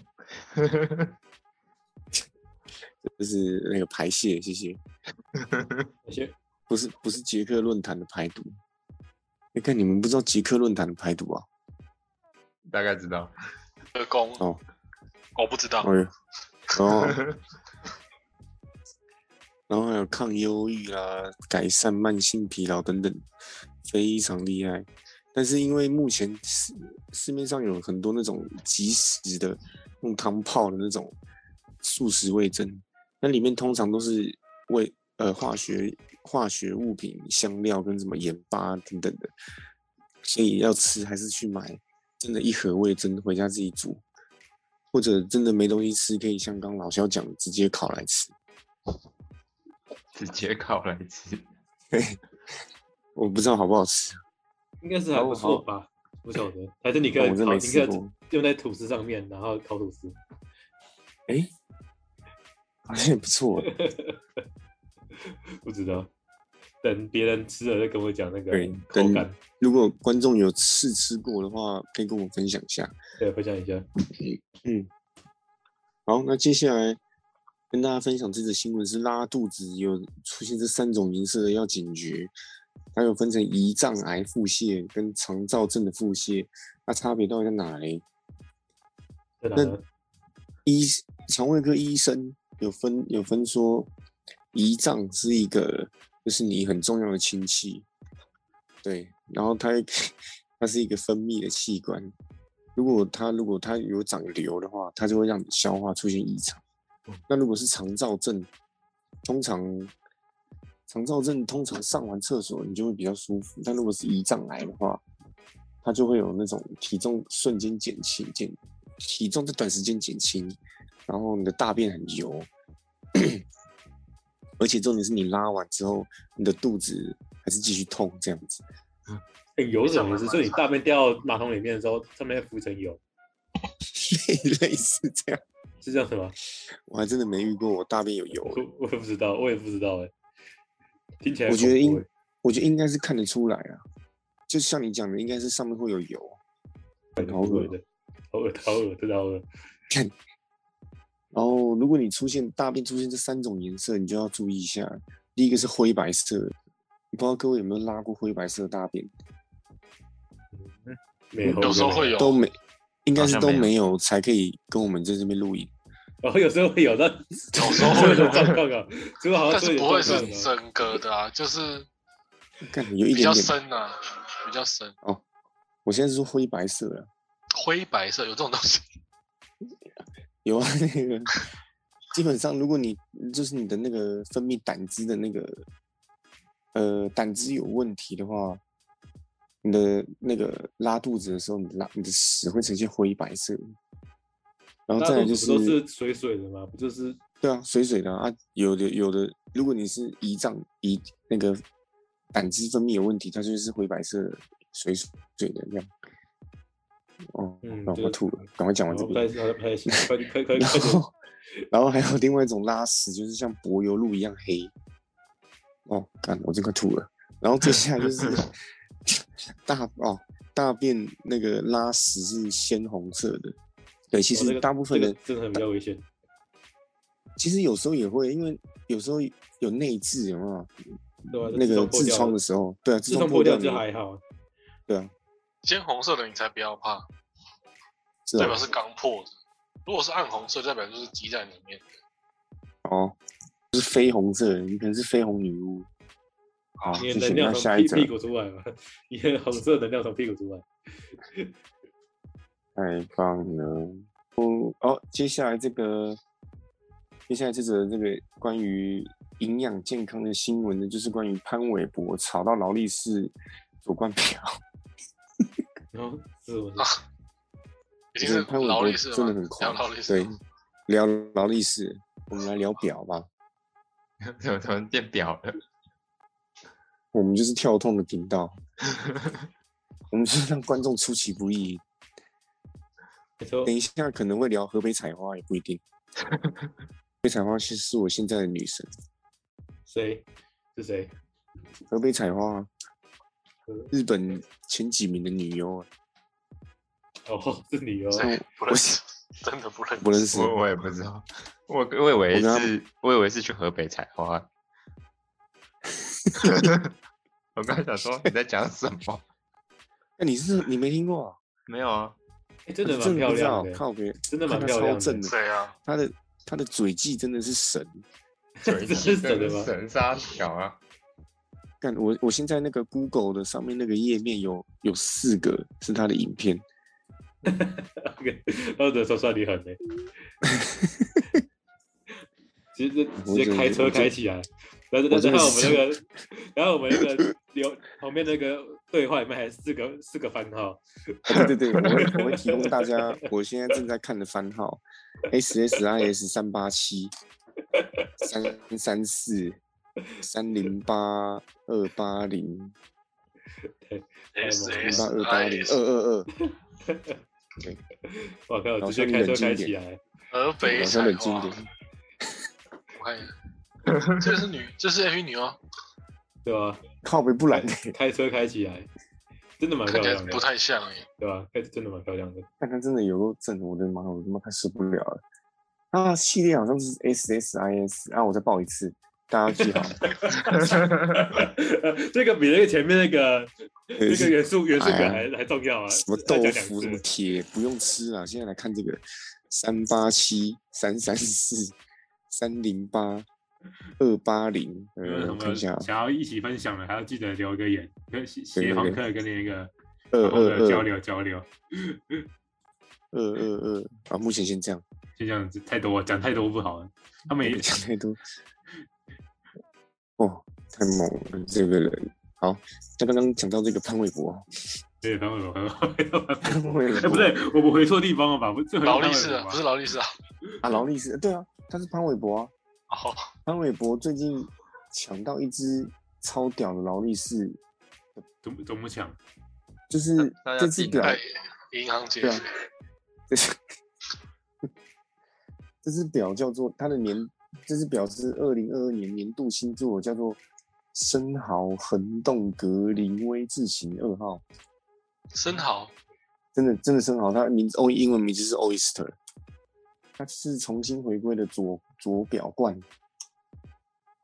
就是那个排泄，谢谢。而且不是不是捷克论坛的排毒。你看你们不知道捷克论坛的排毒啊？大概知道，热工哦，我不知道，哦，然后 然后还有抗忧郁啦、改善慢性疲劳等等，非常厉害。但是因为目前市市面上有很多那种即食的用汤泡的那种素食味噌，那里面通常都是味呃化学化学物品、香料跟什么盐巴等等的，所以要吃还是去买真的一盒味噌回家自己煮，或者真的没东西吃，可以像刚老肖讲的，直接烤来吃。直接烤来吃。我不知道好不好吃，应该是还不错吧？不晓得，还是你可哦以我真烤，没你可吃以过。用在吐司上面，然后烤吐司。哎、好像也不 错欸。不知道，等别人吃了再跟我讲那个对口等感，如果观众有试吃过的话，可以跟我分享一下。对，分享一下。好，那接下来跟大家分享这则新闻是拉肚子有出现这三种颜色的要警觉，还有分成胰脏癌腹泻跟肠燥症的腹泻，那差别到底在哪嘞？在哪那呢？医肠胃科医生有分有分说，胰脏是一个就是你很重要的亲戚，对，然后它 它是一个分泌的器官，如果它如果它有长瘤的话，它就会让你消化出现异常。那如果是肠燥症，通常肠燥症通常上完厕所你就会比较舒服，但如果是胰脏癌的话，它就会有那种体重瞬间减轻减体重在短时间减轻，然后你的大便很油，而且重点是你拉完之后，你的肚子还是继续痛这样子。 很油什么意思？就是你大便掉到马桶里面的时候，上面会浮一层油，类似这样，是这样子吗？我还真的没遇过我大便有油欸。我我也不知道，我也不知道哎、听起来我觉得恐怖应欸，我觉得应该是看得出来啊，就像你讲的，应该是上面会有油，好恶对的，好恶，好恶，真的好恶。然后，如果你出现大便出现这三种颜色，你就要注意一下。第一个是灰白色的，不知道各位有没有拉过灰白色的大便？没有时候会有，有都没，应该好是像都没有没有才可以跟我们在这边录影。然哦后有时候会有，但有时候会有 这种状况 啊，主要好但像是有不会这种是状况整啊个的啊，就是看有一比较点点，深啊，比较深，我现在是说灰白色了，灰白色有这种东西。 有啊那个，基本上如果你就是你的那个分泌胆汁的那个，呃，胆汁有问题的话，你的那个拉肚子的时候，你的拉你的屎会呈现灰白色，然后拉再来肚就子不都是水水的吗？不就是对啊，水水的啊，啊有的有的，如果你是胰脏胰那个胆汁分泌有问题，它就是灰白色的水水的那样。哦，嗯那这我个吐了，赶快讲完这不太边。不太行，快点快快 然快点！后，然后还有另外一种拉屎，就是像柏油路一样黑。哦，干，我真快吐了。然后接下来就是 大哦大便那个拉屎是鲜红色的，对，其哦这实个大部分这的、个真的很比较危险。其实有时候也会，因为有时候有内痔，有没有？对啊那就痔个疮破掉痔疮了的时候，对啊，自痔动疮破掉就掉你还好，对啊，鲜红色的你才不要怕，是代啊表，是刚破的。如果是暗红色，代表就是积在里面。哦，就是绯红色的，你可能是绯红女巫。好，你谢的谢。能量那从下一屁则，屁股出来嘛，你的红色能量从屁股出来。太棒了。哦哦，接下来这个，接下来这则这个关于营养健康的新闻呢，就是关于潘玮柏吵到劳力士左冠表，然后是我啊已经是潘玮劳柏力士了真吗的 很狂聊劳力，士对吗，聊劳力士，我们来聊表吧。 怎么怎么变表了？我们就是跳痛的 频道，我们就是让观众出其不意。你说等一下可能会聊河北采花，也不一定。河北采花是是我现在的女神，谁是谁？河北采花啊嗯，日本前几名的女优啊，哦，是你哦，谁 不认识，真的不认不认识。识。我我也不知道，我我以为我跟他是，我以为是去河北采花。 我刚才想说你在讲什么？那哎你是你没听过啊？没有 啊，哎真的真蛮的漂不知亮道，的，靠别，真的蛮看她漂亮超正的。的，谁 啊？她的她的嘴技真的是神。嘴这是是什么神沙条啊！看我我现在那个 Google 的上面那个页面有有四个是她的影片， 二的说哦算你狠的，直接直接开车开起来，然后然后然后我们那个，然后我们那个留旁边那个对话里面还有四个四个番号，啊对对对，我会我会提供大家我现在正在看的番号，S S I S 三八七三三四三零八二八零，S 哎零 S 八二八 I 零 S 二二二，我靠，老直接兄开你车很开经起典来，河北彩好像很经花，典。我看一下，这个是女，这是 AV 女哦，对吧？靠北不然嘞，开车开起来，真的蛮漂看起来亮的不，太像哎。对吧？开真的蛮漂亮的， 但他真的有个阵，我的妈，我他妈快受不了了。啊，系列好像是 S S I S，啊，我再报一次，大家 记好。这个比那个前面那个 对那个元素元素哎表呀还还重要啊！什么再豆讲两腐、什么次铁，不用吃啦。现在来看这个三八七、三三四、三零八、二八零，有没有呃，什我看一下么，想要一起分享的，还要记得留个言，跟写对写对呃访对客跟那个二然后二呢交二流交流，二二二啊，目前先这样，就这样子太多讲太多不好了，他 们也别讲太多。哦，太猛了，这个人。好，那刚刚讲到这个潘玮柏，啊对潘玮柏很 好，哎潘玮柏不对，我们回错地方了吧？不，这回劳潘玮力士柏啊，吧不是劳力士啊。啊，劳力士，对啊，他是潘玮柏啊。哦，潘玮柏最近抢到一只超屌的劳力士，怎么怎么抢？就是那要这只进表在银行啊劫匪，这是这只表叫做它的年，这只表是二零二二年年度新作，叫做生蚝横洞格林威字形二号。生蚝真的真的生蚝，它的名字哦英文名字是 oyster，它是重新回归的左左表冠。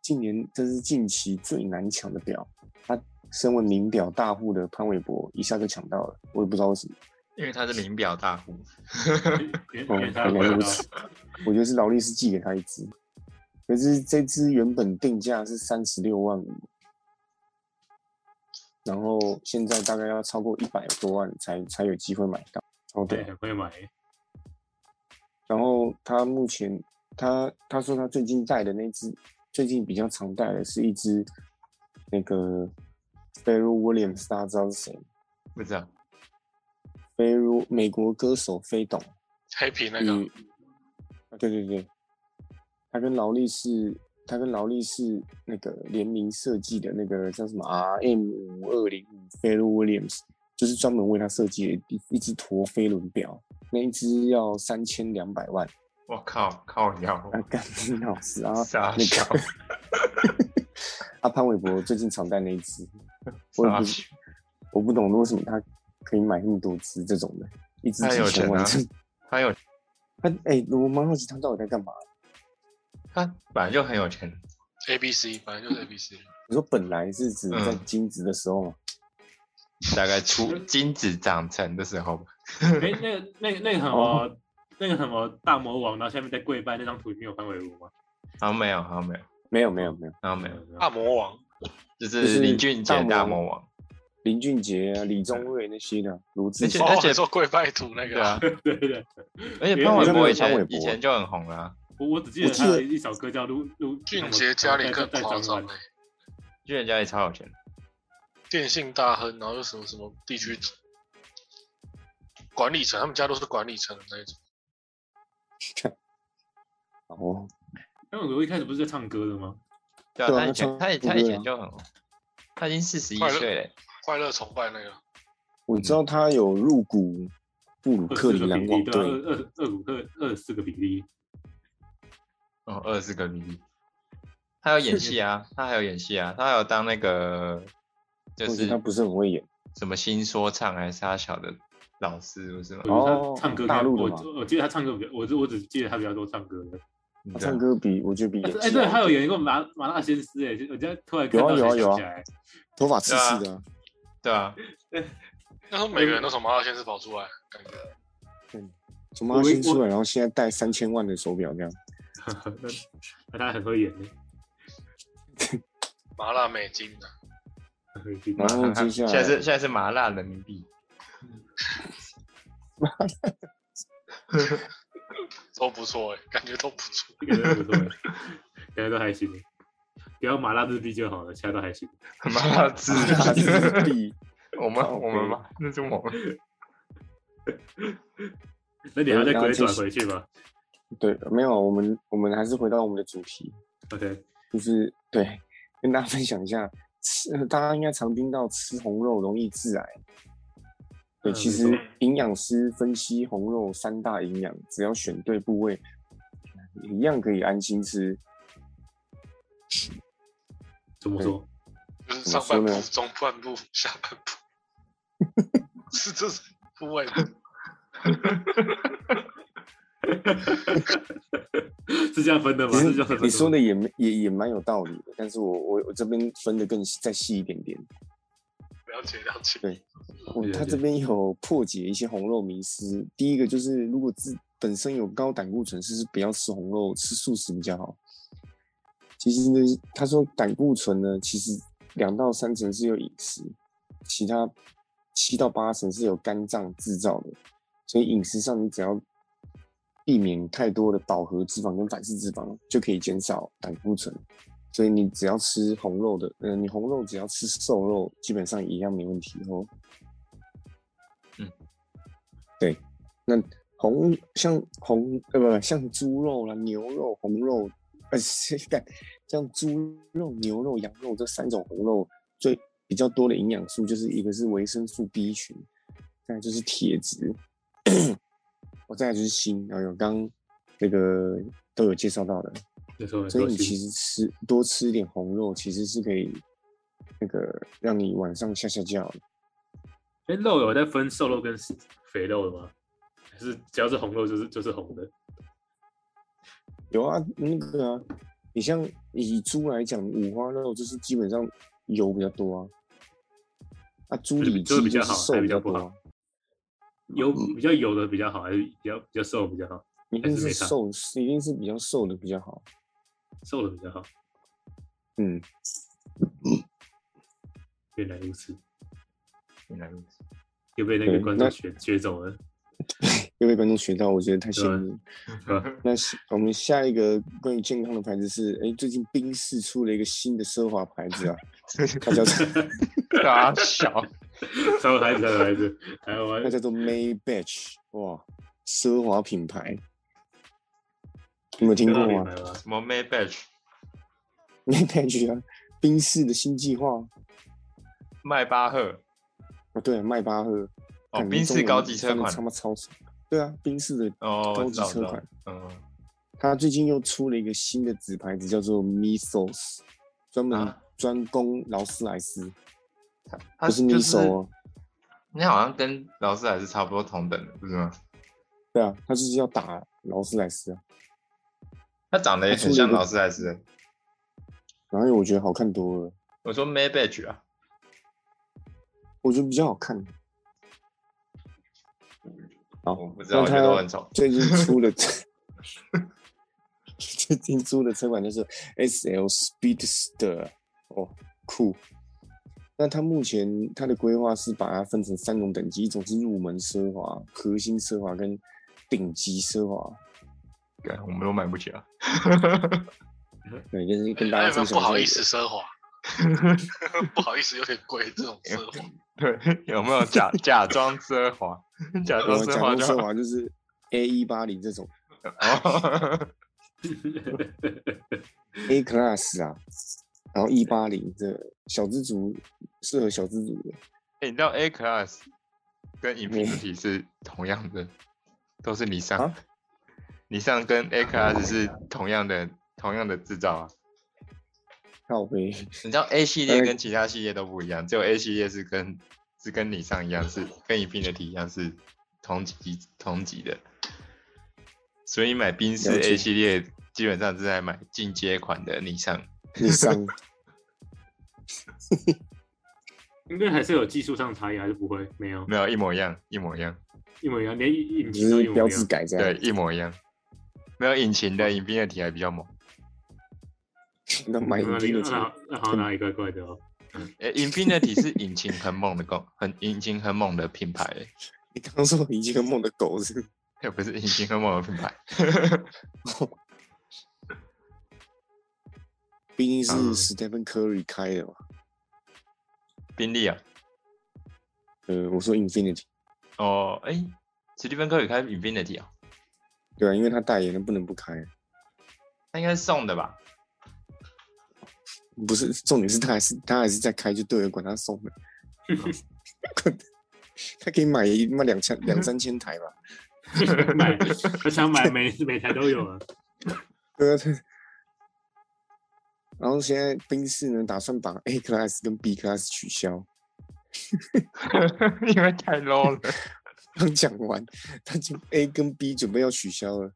近年这是近期最难抢的表，它身为名表大户的潘玮柏一下就抢到了，我也不知道为什么。因为他是名表大户，原哦原，他可不知能如道，此。我觉得是劳力士寄给他一只，可是这只原本定价是三十六万五，然后现在大概要超过一百多万才才有机会买到。哦，对，对。很会哎买，然后他目前他他说他最近戴的那只，最近比较常戴的是一只那个 Pharrell Williams，大家知道是谁吗不知道。 ？Pharrell 美国歌手飞董。黑皮那个与啊，对对对，他跟劳力士，他跟劳力士那个联名设计的那个叫什么 RM 五二零五 f e r r Williams，就是专门为他设计的一一只陀飞轮表，那一只要三千两百万，我靠，靠腰，啊，干你老师啊，傻那笑个，啊，潘玮柏最近常戴那一只，我也傻不笑，我不懂为什么他可以买那么多只这种的，一只太几有千钱万了只，他有他哎、我蛮好奇他到底在干嘛。他本来就很有钱， A B C，反正就是 A B C。你说本来是指在嗯金值的时候吗？大概出金子长成的时候吧。哎，那个那个那个什哦么那个什么大魔王，然后下面在跪拜那张图，里面有潘玮柏吗？好像没有，好像没有，没有没有没有，好像没有，大魔王，就就是是林俊杰大大魔魔王，林俊杰啊、李宗瑞那些的，卢志而且祥哦，你说跪拜土那对个啊啊，， 对对对，而且潘玮柏以潘玮前柏以前就很红啊啦，我我只记得我记他有得一首歌叫《陆陆俊杰家里更夸张哎，俊杰家里超有钱，电信大亨，然后又什么什么地区管理层，他们家都是管理层的那一种。哦，那我一开始不是在唱歌的吗？对啊，对啊他以前他他以唱他以对啊前就很红，他已经四十一快乐岁了，快乐崇拜那个，我知道嗯他有入股布鲁24克林个篮比例，网对啊，队，二二二五二二四个比例，哦，二十个 BB，他有演戏啊，他还有演戏啊，他还有当那个就我觉是得他不是很会演。什么新说唱还是他小的老师，不是吗？我觉得哦他唱歌比较大陆的我嘛我记得他唱歌比较，我只我只记得他比较多唱歌的。你他知道唱歌比我觉得比但演是哎，技对，好他有演一个麻麻辣鲜师哎，就我今天突然看啊有啊到有啊才想有啊起来，头发刺刺的啊，对啊，那时候每个人都从麻辣鲜师跑出来，感觉从妈新出来，然后现在戴三千万的手表这样。那 那他很会演的，麻辣美金啊的、很会演然后 接现下来在是现在是麻辣人民币，都不错哎、感觉都不错。欸这个人不错哎，感觉都还行。不要麻辣日币就好了，其他都还行。妈自 他是闭，币，我们靠我们背妈，那是我们那你还要再然后鬼转就是回去吗对，没有，我们我们还是回到我们的主题， ？OK，就是对，跟大家分享一下，吃呃大家应该常听到吃红肉容易致癌。对，嗯其没实错营养师分析红肉三大营养，只要选对部位，一样可以安 心吃。怎么说？就是怎上么说半部、呢中半部、下半部， 是这是部位吗，是这样分的吗？其是实这样分你说吗的也没也也蛮有道理的，但是我我我这边分的更细再细一点点。了解了解。对我了他解哦这边有破解一些红肉迷思。第一个就是，如果自本身有高胆固醇，是不是不要吃红肉，吃素食比较好。其实呢，他说胆固醇呢，其实两到三成是由饮食，其他七到八成是由肝脏制造的。所以饮食上，你只要避免太多的饱和脂肪跟反式脂肪，就可以减少胆固醇。所以你只要吃红肉的，嗯、你红肉只要吃瘦肉，基本上一样没问题哦。嗯，对，那红像红呃不像猪肉啦、牛肉、红肉，呃 是干像猪肉、牛肉、羊肉这三种红肉最比较多的营养素，就是一个是维生素 B 群，再来就是铁质，我再来就是锌，然后有刚那个都有介绍到的，没错没所错以你，其行实吃多吃一点红肉，其实是可以那个让你晚上下下觉的。哎，肉有在分瘦肉跟肥肉的吗？还是只要是红肉就是就是红的？有啊，那个啊，你像以猪来讲，五花肉就是基本上油比较多啊，啊，猪就是比里就是脊比较是好瘦还比较较不多好啊，有嗯比较油的比较好，还是比较比较瘦的比较好？一还定是没是差瘦，一定是比较瘦的比较好。瘦的比较好，嗯，原来如此，原来如此。又被那个对观众那学学走了。又被观众学到，我觉得太羡慕了。啊那下我们下一个关于健康的牌子是，哎、最近宾士出了一个新的奢华牌子啊， 它叫做 傻啊小，稍微孩子，稍微孩子，还有我那叫做 Maybach，哇，奢华品牌，你有没有听过品吗牌吗？什么 Maybach ？Maybach 啊，宾士的新计划迈巴赫，啊，对，迈巴赫，哦感觉宾中士文高级车翻得款他妈超爽，对啊，宾士的哦，我高级知道，我知车道款，，嗯，它最近又出了一个新的子牌子，叫做 Misos，专门啊专攻劳斯莱斯，它不是就 Miso 哦，你好像跟劳斯莱斯差不多同等的，不是吗？对啊，它就是要打劳斯莱斯啊，它长得也它很出了像一个劳斯莱斯。然后我觉得好看多了，我说 Maybach 啊，我觉得比较好看。好，我不知道，我那觉它得我很丑。 最近出的， 最近出的车款就是 S L Speedster，哦，酷。那它目前它的规划是把它分成三种等级，一种是入门奢华、核心奢华跟顶级奢华。干我们都买不起啊。对，就是跟大还有哎家没分有享不好一意下思奢华？ 不好意思，有点贵这种奢 华。对，有没有假假装奢华？假装我们奢讲华过就啊奢好。华就是 A 一八零这种哦 A Class 啊，然后一八零这小资族适合小资族的。欸你知道 A Class 跟 Infinity 是同样的，都是尼桑啊。尼桑跟 A Class 是同样的，同样的制造啊。靠背， 你知道 A 系列呃跟其他系列都不一样，只有 A 系列是跟是跟你上一样，是跟 Infinity 一样是同级同级的，所以买宾士了解 A 系列基本上是在买进阶款的你上。你上 应该还是有技术上差异，还是不会？没有，没有一模一样，一模一样，一模一样，连影只评都一是模标一志样。改这样。对，一模一样。没有引擎的 Infinity 还比较猛，那买那影你厅的那钱，好那好像哪里怪怪的哦？诶 i n f i n i t y 是引擎很猛的公，很引擎很猛的品牌、欸， 你刚刚说已经跟梦的狗是不是？也不是引擎很猛的品牌。毕竟是嗯 Stephen Curry 开的嘛。宾利啊，呃，我说 Infinity，哦，哎、史蒂芬科宇开 Infinity 啊，对啊，因为他代言的不能不开，那应该是送的吧？不是重点是他还是他还是在开就对了，管他送的， 他可以买一卖两千两三千台吧。买，我想买每每台都有啊。对啊，对。然后现在宾士呢，打算把 A class 跟 B class 取消。 因为太 low 了，刚讲完，他就 A 跟 B 准备要取消了。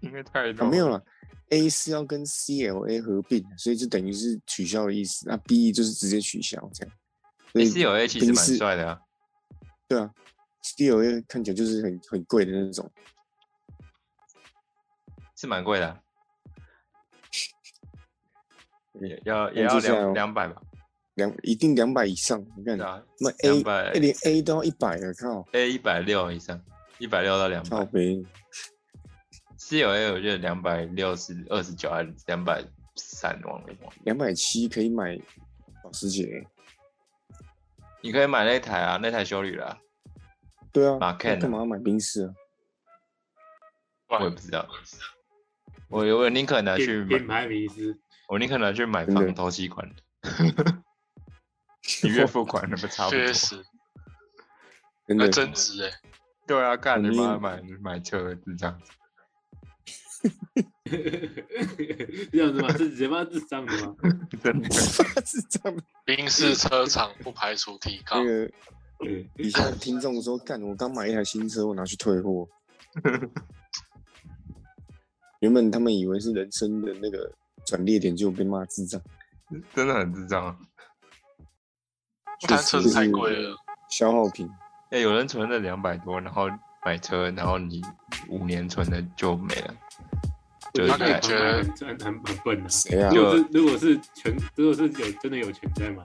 因为太 low、啊，没有了。A 是要跟 CLA 合并，所以就等于是取消的意思。那 B 就是直接取消这样。所诶，以是有 A 其实宾蛮士帅的啊，对啊，CLA 看起来就是很很贵的那种。是蛮贵的啊、也要也那要就这样两哦两百吧？两一定两百以上，你看对，啊，那两 A 百哎连 A 都要一百了，靠， A 一百六以上，一百六到两靠百北， ，C L A 我觉得两百六是二十九还是两百三，忘了忘了。两百七可以买保时捷，你可以买那台啊，那台修旅啦、对啊，马那 Ken 啊干嘛要买宾士啊？我也不知道，我我宁可拿去品买品，牌迷失，我宁可拿去买真的房头期款。 你月付款那不差不多确？实啊真还的，增值哎，对啊，干很你妈硬买买车是这样子， 这样子吗？是直接骂智障的吗？真的 是这样吗。宾士车厂不排除提高那。个对底下的听众说：“干，我刚买一台新车，我拿去退货。”原本他们以为是人生的那个转捩点，结果被骂智障。真的很智障啊。但车子太贵了，消耗品，哎、有人存了两百多，然后买车，然后你五年存的就没了，就是我他可觉能得在觉得很很很很笨啊。谁啊？如果是如果是全如果是有真的有钱在买，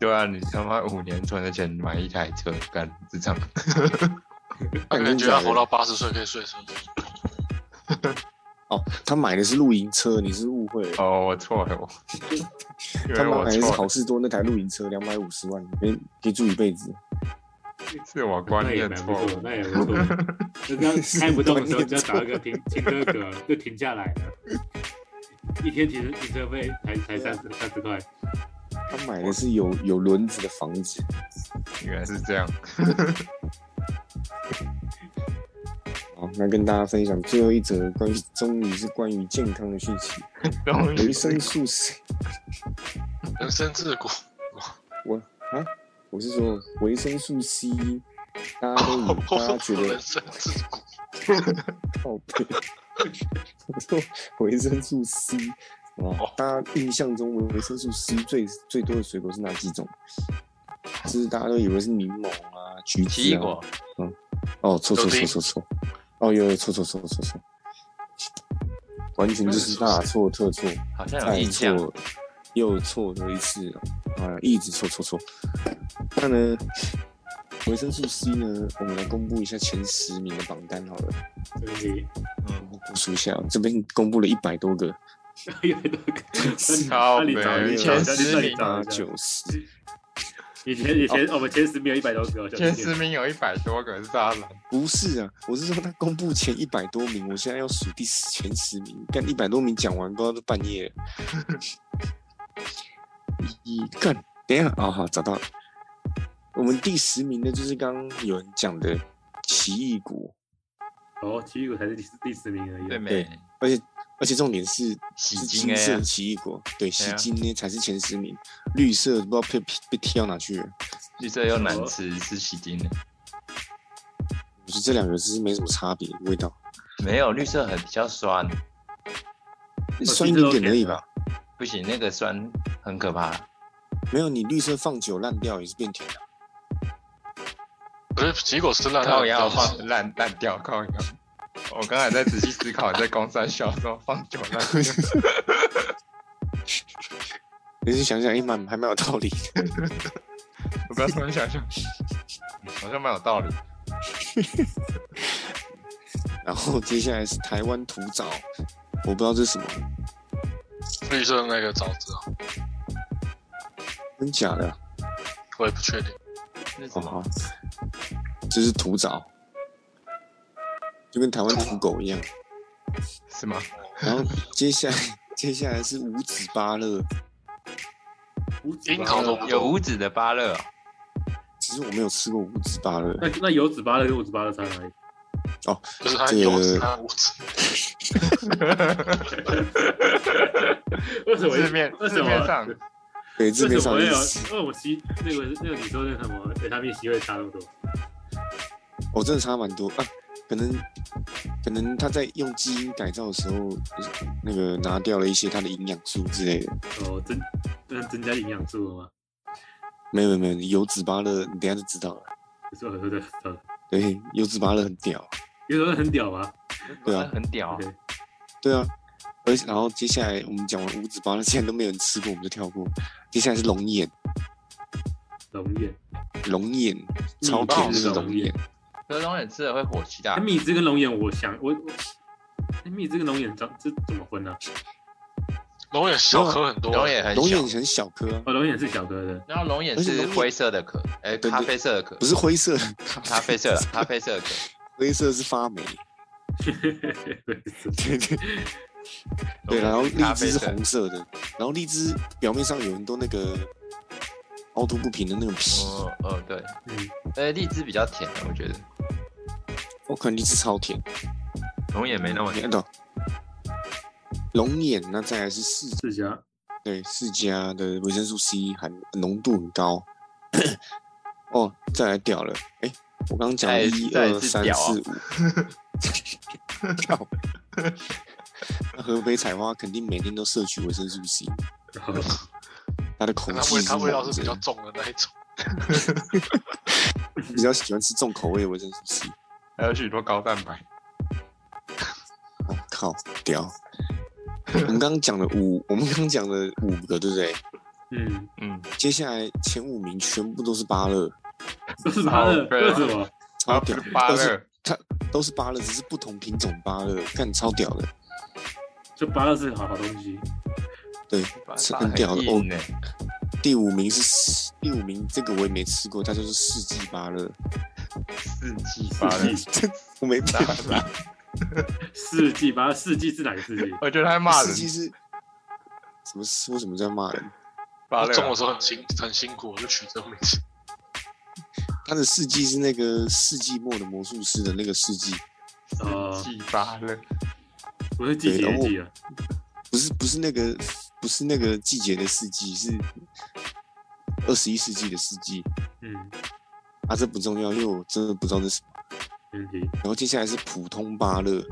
对啊，你他妈五年存的钱买一台车，干智障。他可感能觉得他活到八十岁可以睡车。哦，他买的是露营车，你是误会了。哦，我错了，我因他为买我的是错好了，事多那台露营车，两百五十万，可以可以住一辈子。是我观那也念蛮不错错，误。那也不 错。那这样开不动的时候，就要找一个停停车格，就停下来了。一天停停车费才才三十三十块，他买的是有有轮子的房子，原来是 这样，好，那跟大家分享最后一则关于，终于是关于健康的讯息。终于维生素 C，人生自古我啊，我是说维生素 C，大家 都以嗯大家觉得人生自古靠背，我说维生素 C，哦，大家印象中维生素 C 最最多的水果是哪几种？就是大家都以为是柠檬啊、橘子、啊、奇异果，哦，错错柳错丁错错，哦，有有错错错错错，完全就是大错特错，好像有再印象，错又错了一次啊，一直错错错。那呢，维生素 C 呢，我们来公布一下前十名的榜单好了，所以嗯，我数一下哦，这边公布了一百多个，你有很多 个。靠那你找北一下，前那你十找一名，下八。九十，以前以前我们前十名有一百多个，前十名有一百多个是渣男，不是啊，我是说他公布前一百多名，我现在要数第十前十名，干一百多名讲完，不知道都半夜 了。一干，等一下啊、好找到了。我们第十名的就是刚刚有人讲的奇异果，哦，奇异果才是第第十名而已。啊对没对？而且而且重点是洗是金金 A 色啊的奇异果，对，对洗啊金呢才是前十名，绿色不知道被被踢到哪去了。绿色又难吃，是洗金的。我觉得这两个是没什么差别，味道没有，绿色很比较酸，酸一点点而都已甜的吧啊。不行，那个酸很可怕。没有，你绿色放久烂掉也是变甜的。我觉得结果是烂靠烂腰掉， 放烂烂掉，靠腰。我刚才在仔细思考，你在公山小时候放久烂掉，你就想想，哎、蛮还蛮有道理的。我不要突然想想，好像蛮有道理。然后接下来是台湾土枣，我不知道这是什么，绿色的那个沼泽啊，真假的啊？我也不确定。那什哦么好，这是土沼，就跟台湾土狗一样。是吗？然后接下来接下来是五指芭乐，五指樱芭桃乐萝卜有五指的芭乐哦，其实我没有吃过五指芭乐，那那油纸芭乐跟五指芭乐差哪里？就是它这个有籽，它无籽，为什么字面为什字面 么上对，这边为什上么会一有？吃，为什么吸那个那个你说那什么维他命 C 会差那么多？哦，真的差蛮多啊。可能可能他在用基因改造的时候，那个拿掉了一些它的营养素之类的。哦，增那增加营养素了吗？没有没有，没有油脂芭乐，你等一下就知道了。你说很多的，对，油脂芭乐很屌。你说很屌吗？对啊那很屌啊 OK，对啊，而且然后接下来我们讲完五指芭乐，现在都没有人吃过，我们就跳过。接下来是龙眼，龙眼，龙眼超棒嗯甜是的龙龙眼眼，可是东西吃了会火气大那，蜜汁跟龙眼，我想我我，那蜜汁跟龙眼长这怎么混呢？龙眼小颗很多，龙眼很龙小，眼很小颗啊，哦，龙眼是小颗的，然后龙眼而且是龙眼灰色的壳，哎，对对咖啡色的壳，不是灰色，咖啡色，咖啡色的壳。 灰色是发霉。对对对，然后荔咖啡枝是色红色的，然后荔枝表面上有很多那个凹凸不平的那种皮，哦哦，对，嗯，呃，荔枝比较甜，我觉得我看荔枝超甜，龙眼没那么你甜。看到？龙眼，那再来是释是加对释迦的维生素 C 含浓度很高。哦，再来屌了，哎、我刚刚讲再一再二一次三屌啊四五，屌。那合肥采花肯定每天都摄取维生素 C，好它的口但它气味是它味道猛是比较的重的那一种。比较喜欢吃重口味的维生素 C。还有许多高蛋白。我、哦靠，屌！我们刚刚讲了五，我们刚刚讲了五个，对不对？嗯，嗯，接下来前五名全部都是芭乐，都是它的，好对为啊什么？超屌，芭都是乐，都是芭乐，只是不同品种芭乐，干超屌的。就芭乐是好好东西，对，芭是乐很屌的哦硬欸第五名是四第五名，这个我也没吃过，它就是四季芭乐，四季芭乐。我没 吃。四季芭乐，四季是哪个四季？我觉得他骂四季人，是什么？是为什么在骂人？芭哦它种的乐时候很辛很辛苦，我就取这个名字。它的四季是那个世纪末的魔术师的那个世纪，啊，四季芭乐，不是季节对然的后季啊，不是不是那个不是那个季节的四季，是二十一世纪的世纪嗯，啊，这不重要，因为我真的不知道这是什么。没问题，然后接下来是普通芭乐，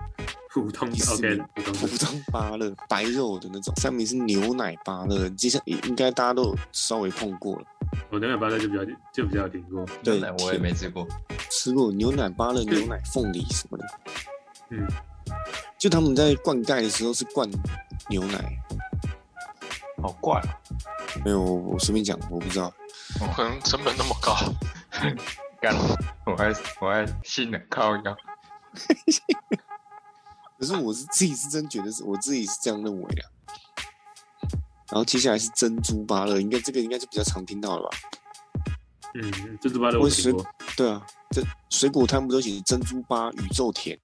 普通第四，OK，名普通普通芭乐，白肉的那种。上面是牛奶芭乐，接下应应该大家都有稍微碰过了。我牛奶芭乐就比较就比较有听过，对真的我也没吃过。吃过牛奶芭乐、牛奶凤梨什么的。嗯，就他们在灌溉的时候是灌牛奶，好怪哦，没有我随便讲，我不知道。可能成本那么高，干了，我还我还信了靠腰。可是我是自己是真觉得是，我自己是这样认为的。然后接下来是珍珠芭乐，应该这个应该就比较常听到了吧？嗯，珍珠芭乐我我听过，对啊，这水果摊不都写珍珠芭宇宙甜？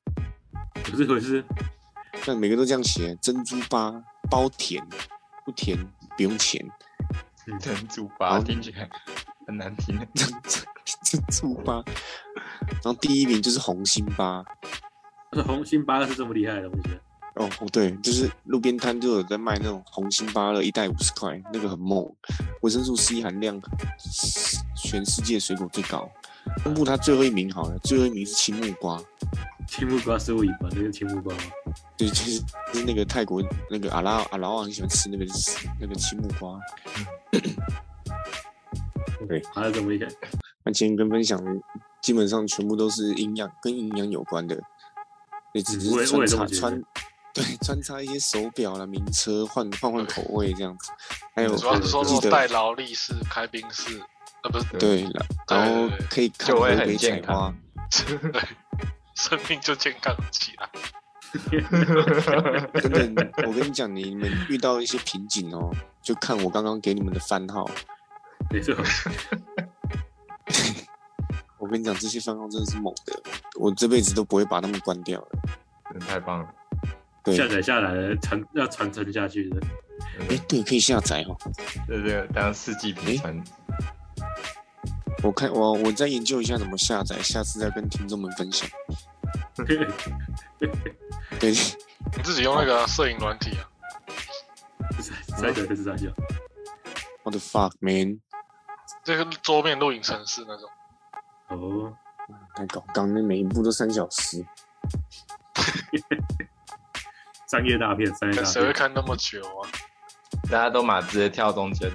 不是可是但每个都这样写，珍珠芭包甜，不甜不用钱。 珍珠芭好听起来很难听，珍珠芭，然后第一名就是红心芭。他说红心芭乐是这么厉害的东西，哦，对，就是路边摊就有在卖那种红心芭乐，一袋五十块，那个很猛，维生素 C 含量全世界水果最高。公布它最后一名好了，最后一名是青木瓜，青木瓜是我尾巴，那个青木瓜吗？对，就是就是那个泰国那个阿拉阿拉旺很喜欢吃那个那个青木瓜。对，芭乐这么厉害，那今天跟分享基本上全部都是营养跟营养有关的，也只嗯我也是我穿也这么觉插得穿对穿插一些手表啦、名车，换换换口味这样子，还有主要是说哦记说得带劳力士、开宾士，啊不是，对啦，然后对对对可以看就会河很北健采花康，对，生命就健康起来。真的，我跟你讲，你们遇到一些瓶颈哦，就看我刚刚给你们的番号。没错，我跟你讲，这些番号真的是猛的，我这辈子都不会把他们关掉了。真的太棒 了！对下载下来了传要传承下去 的，真哎的，对，可以下载哦。这是个当世纪平川，我看我我再研究一下怎么下载，下次再跟听众们分享。对，你自己用那个啊摄影软体啊，三小就是三小，我的 fuck man，这个桌面录影程式那种，哦，太搞刚那每一步都三小时，商业大片，商啊业大谁会片，看那么久啊？大家都马直接跳中间，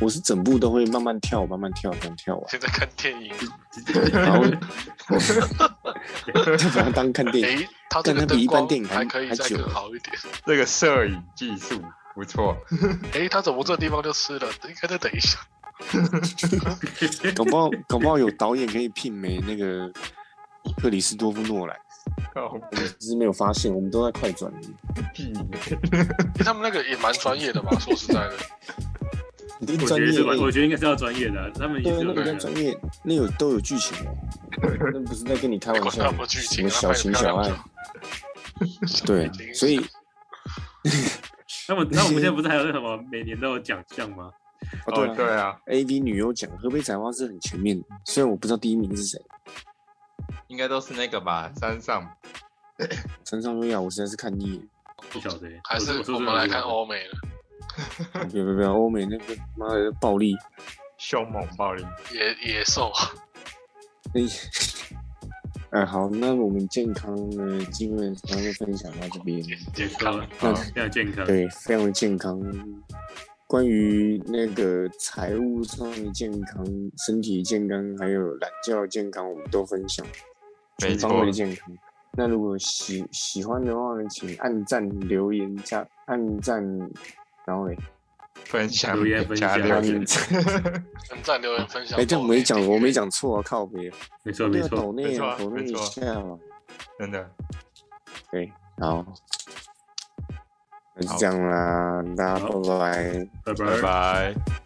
我是整部都会慢慢跳，慢慢跳，慢 慢跳完，啊现在看电影，然后哦就把它当看电影。诶，它这个但它灯比一般光电影还还可以还再久啊更好一点。这个摄影技术不错，诶，它怎么这地方就吃了？应该再等一下。搞不好搞不好有导演可以媲美那个克里斯多夫诺兰，靠我们只是没有发现，我们都在快转而已。屁！诶他们那个也蛮专业的吧？说实在的，你一 我专觉业得是而吧？已，我觉得应该是要专业的啊，他们也对啊，是那有个叫专专业，业，那有都有剧情哦，那不是在跟你开玩管那笑么的，剧什情么啊，小情小爱，哦对，所以他们那 我们现在不是还有那什么每年都有奖项吗？哦哦对，啊对啊， ，A V 女优奖河北采花是很全面的，虽然我不知道第一名是谁，应该都是那个吧，山上陈尚优雅我实在是看腻了，不晓得，还是我说我真们的来不晓看哦得，欧美的不要不要不要，欧美那个妈的暴力，凶猛暴力，野野兽啊，哎，哎好，那我们健康呢，基本上就分享到这边，健康，那好，非常健嗯康，对，非常的健康。关于那个财务上的健康、身体健康，还有懒觉的健康，我们都分享，没全错方位的健康。那如果喜喜欢的话呢，请按赞、留言、加按赞，然后嘞，分享留言分加享留按言，赞。按赞留言分享。哎，这样我没讲，我没，讲错啊，靠别，没错没对啊，抖错，内啊，没错抖内没一错下嘛，真的对，好，那就好这样啦，大家好拜拜。拜拜拜。拜。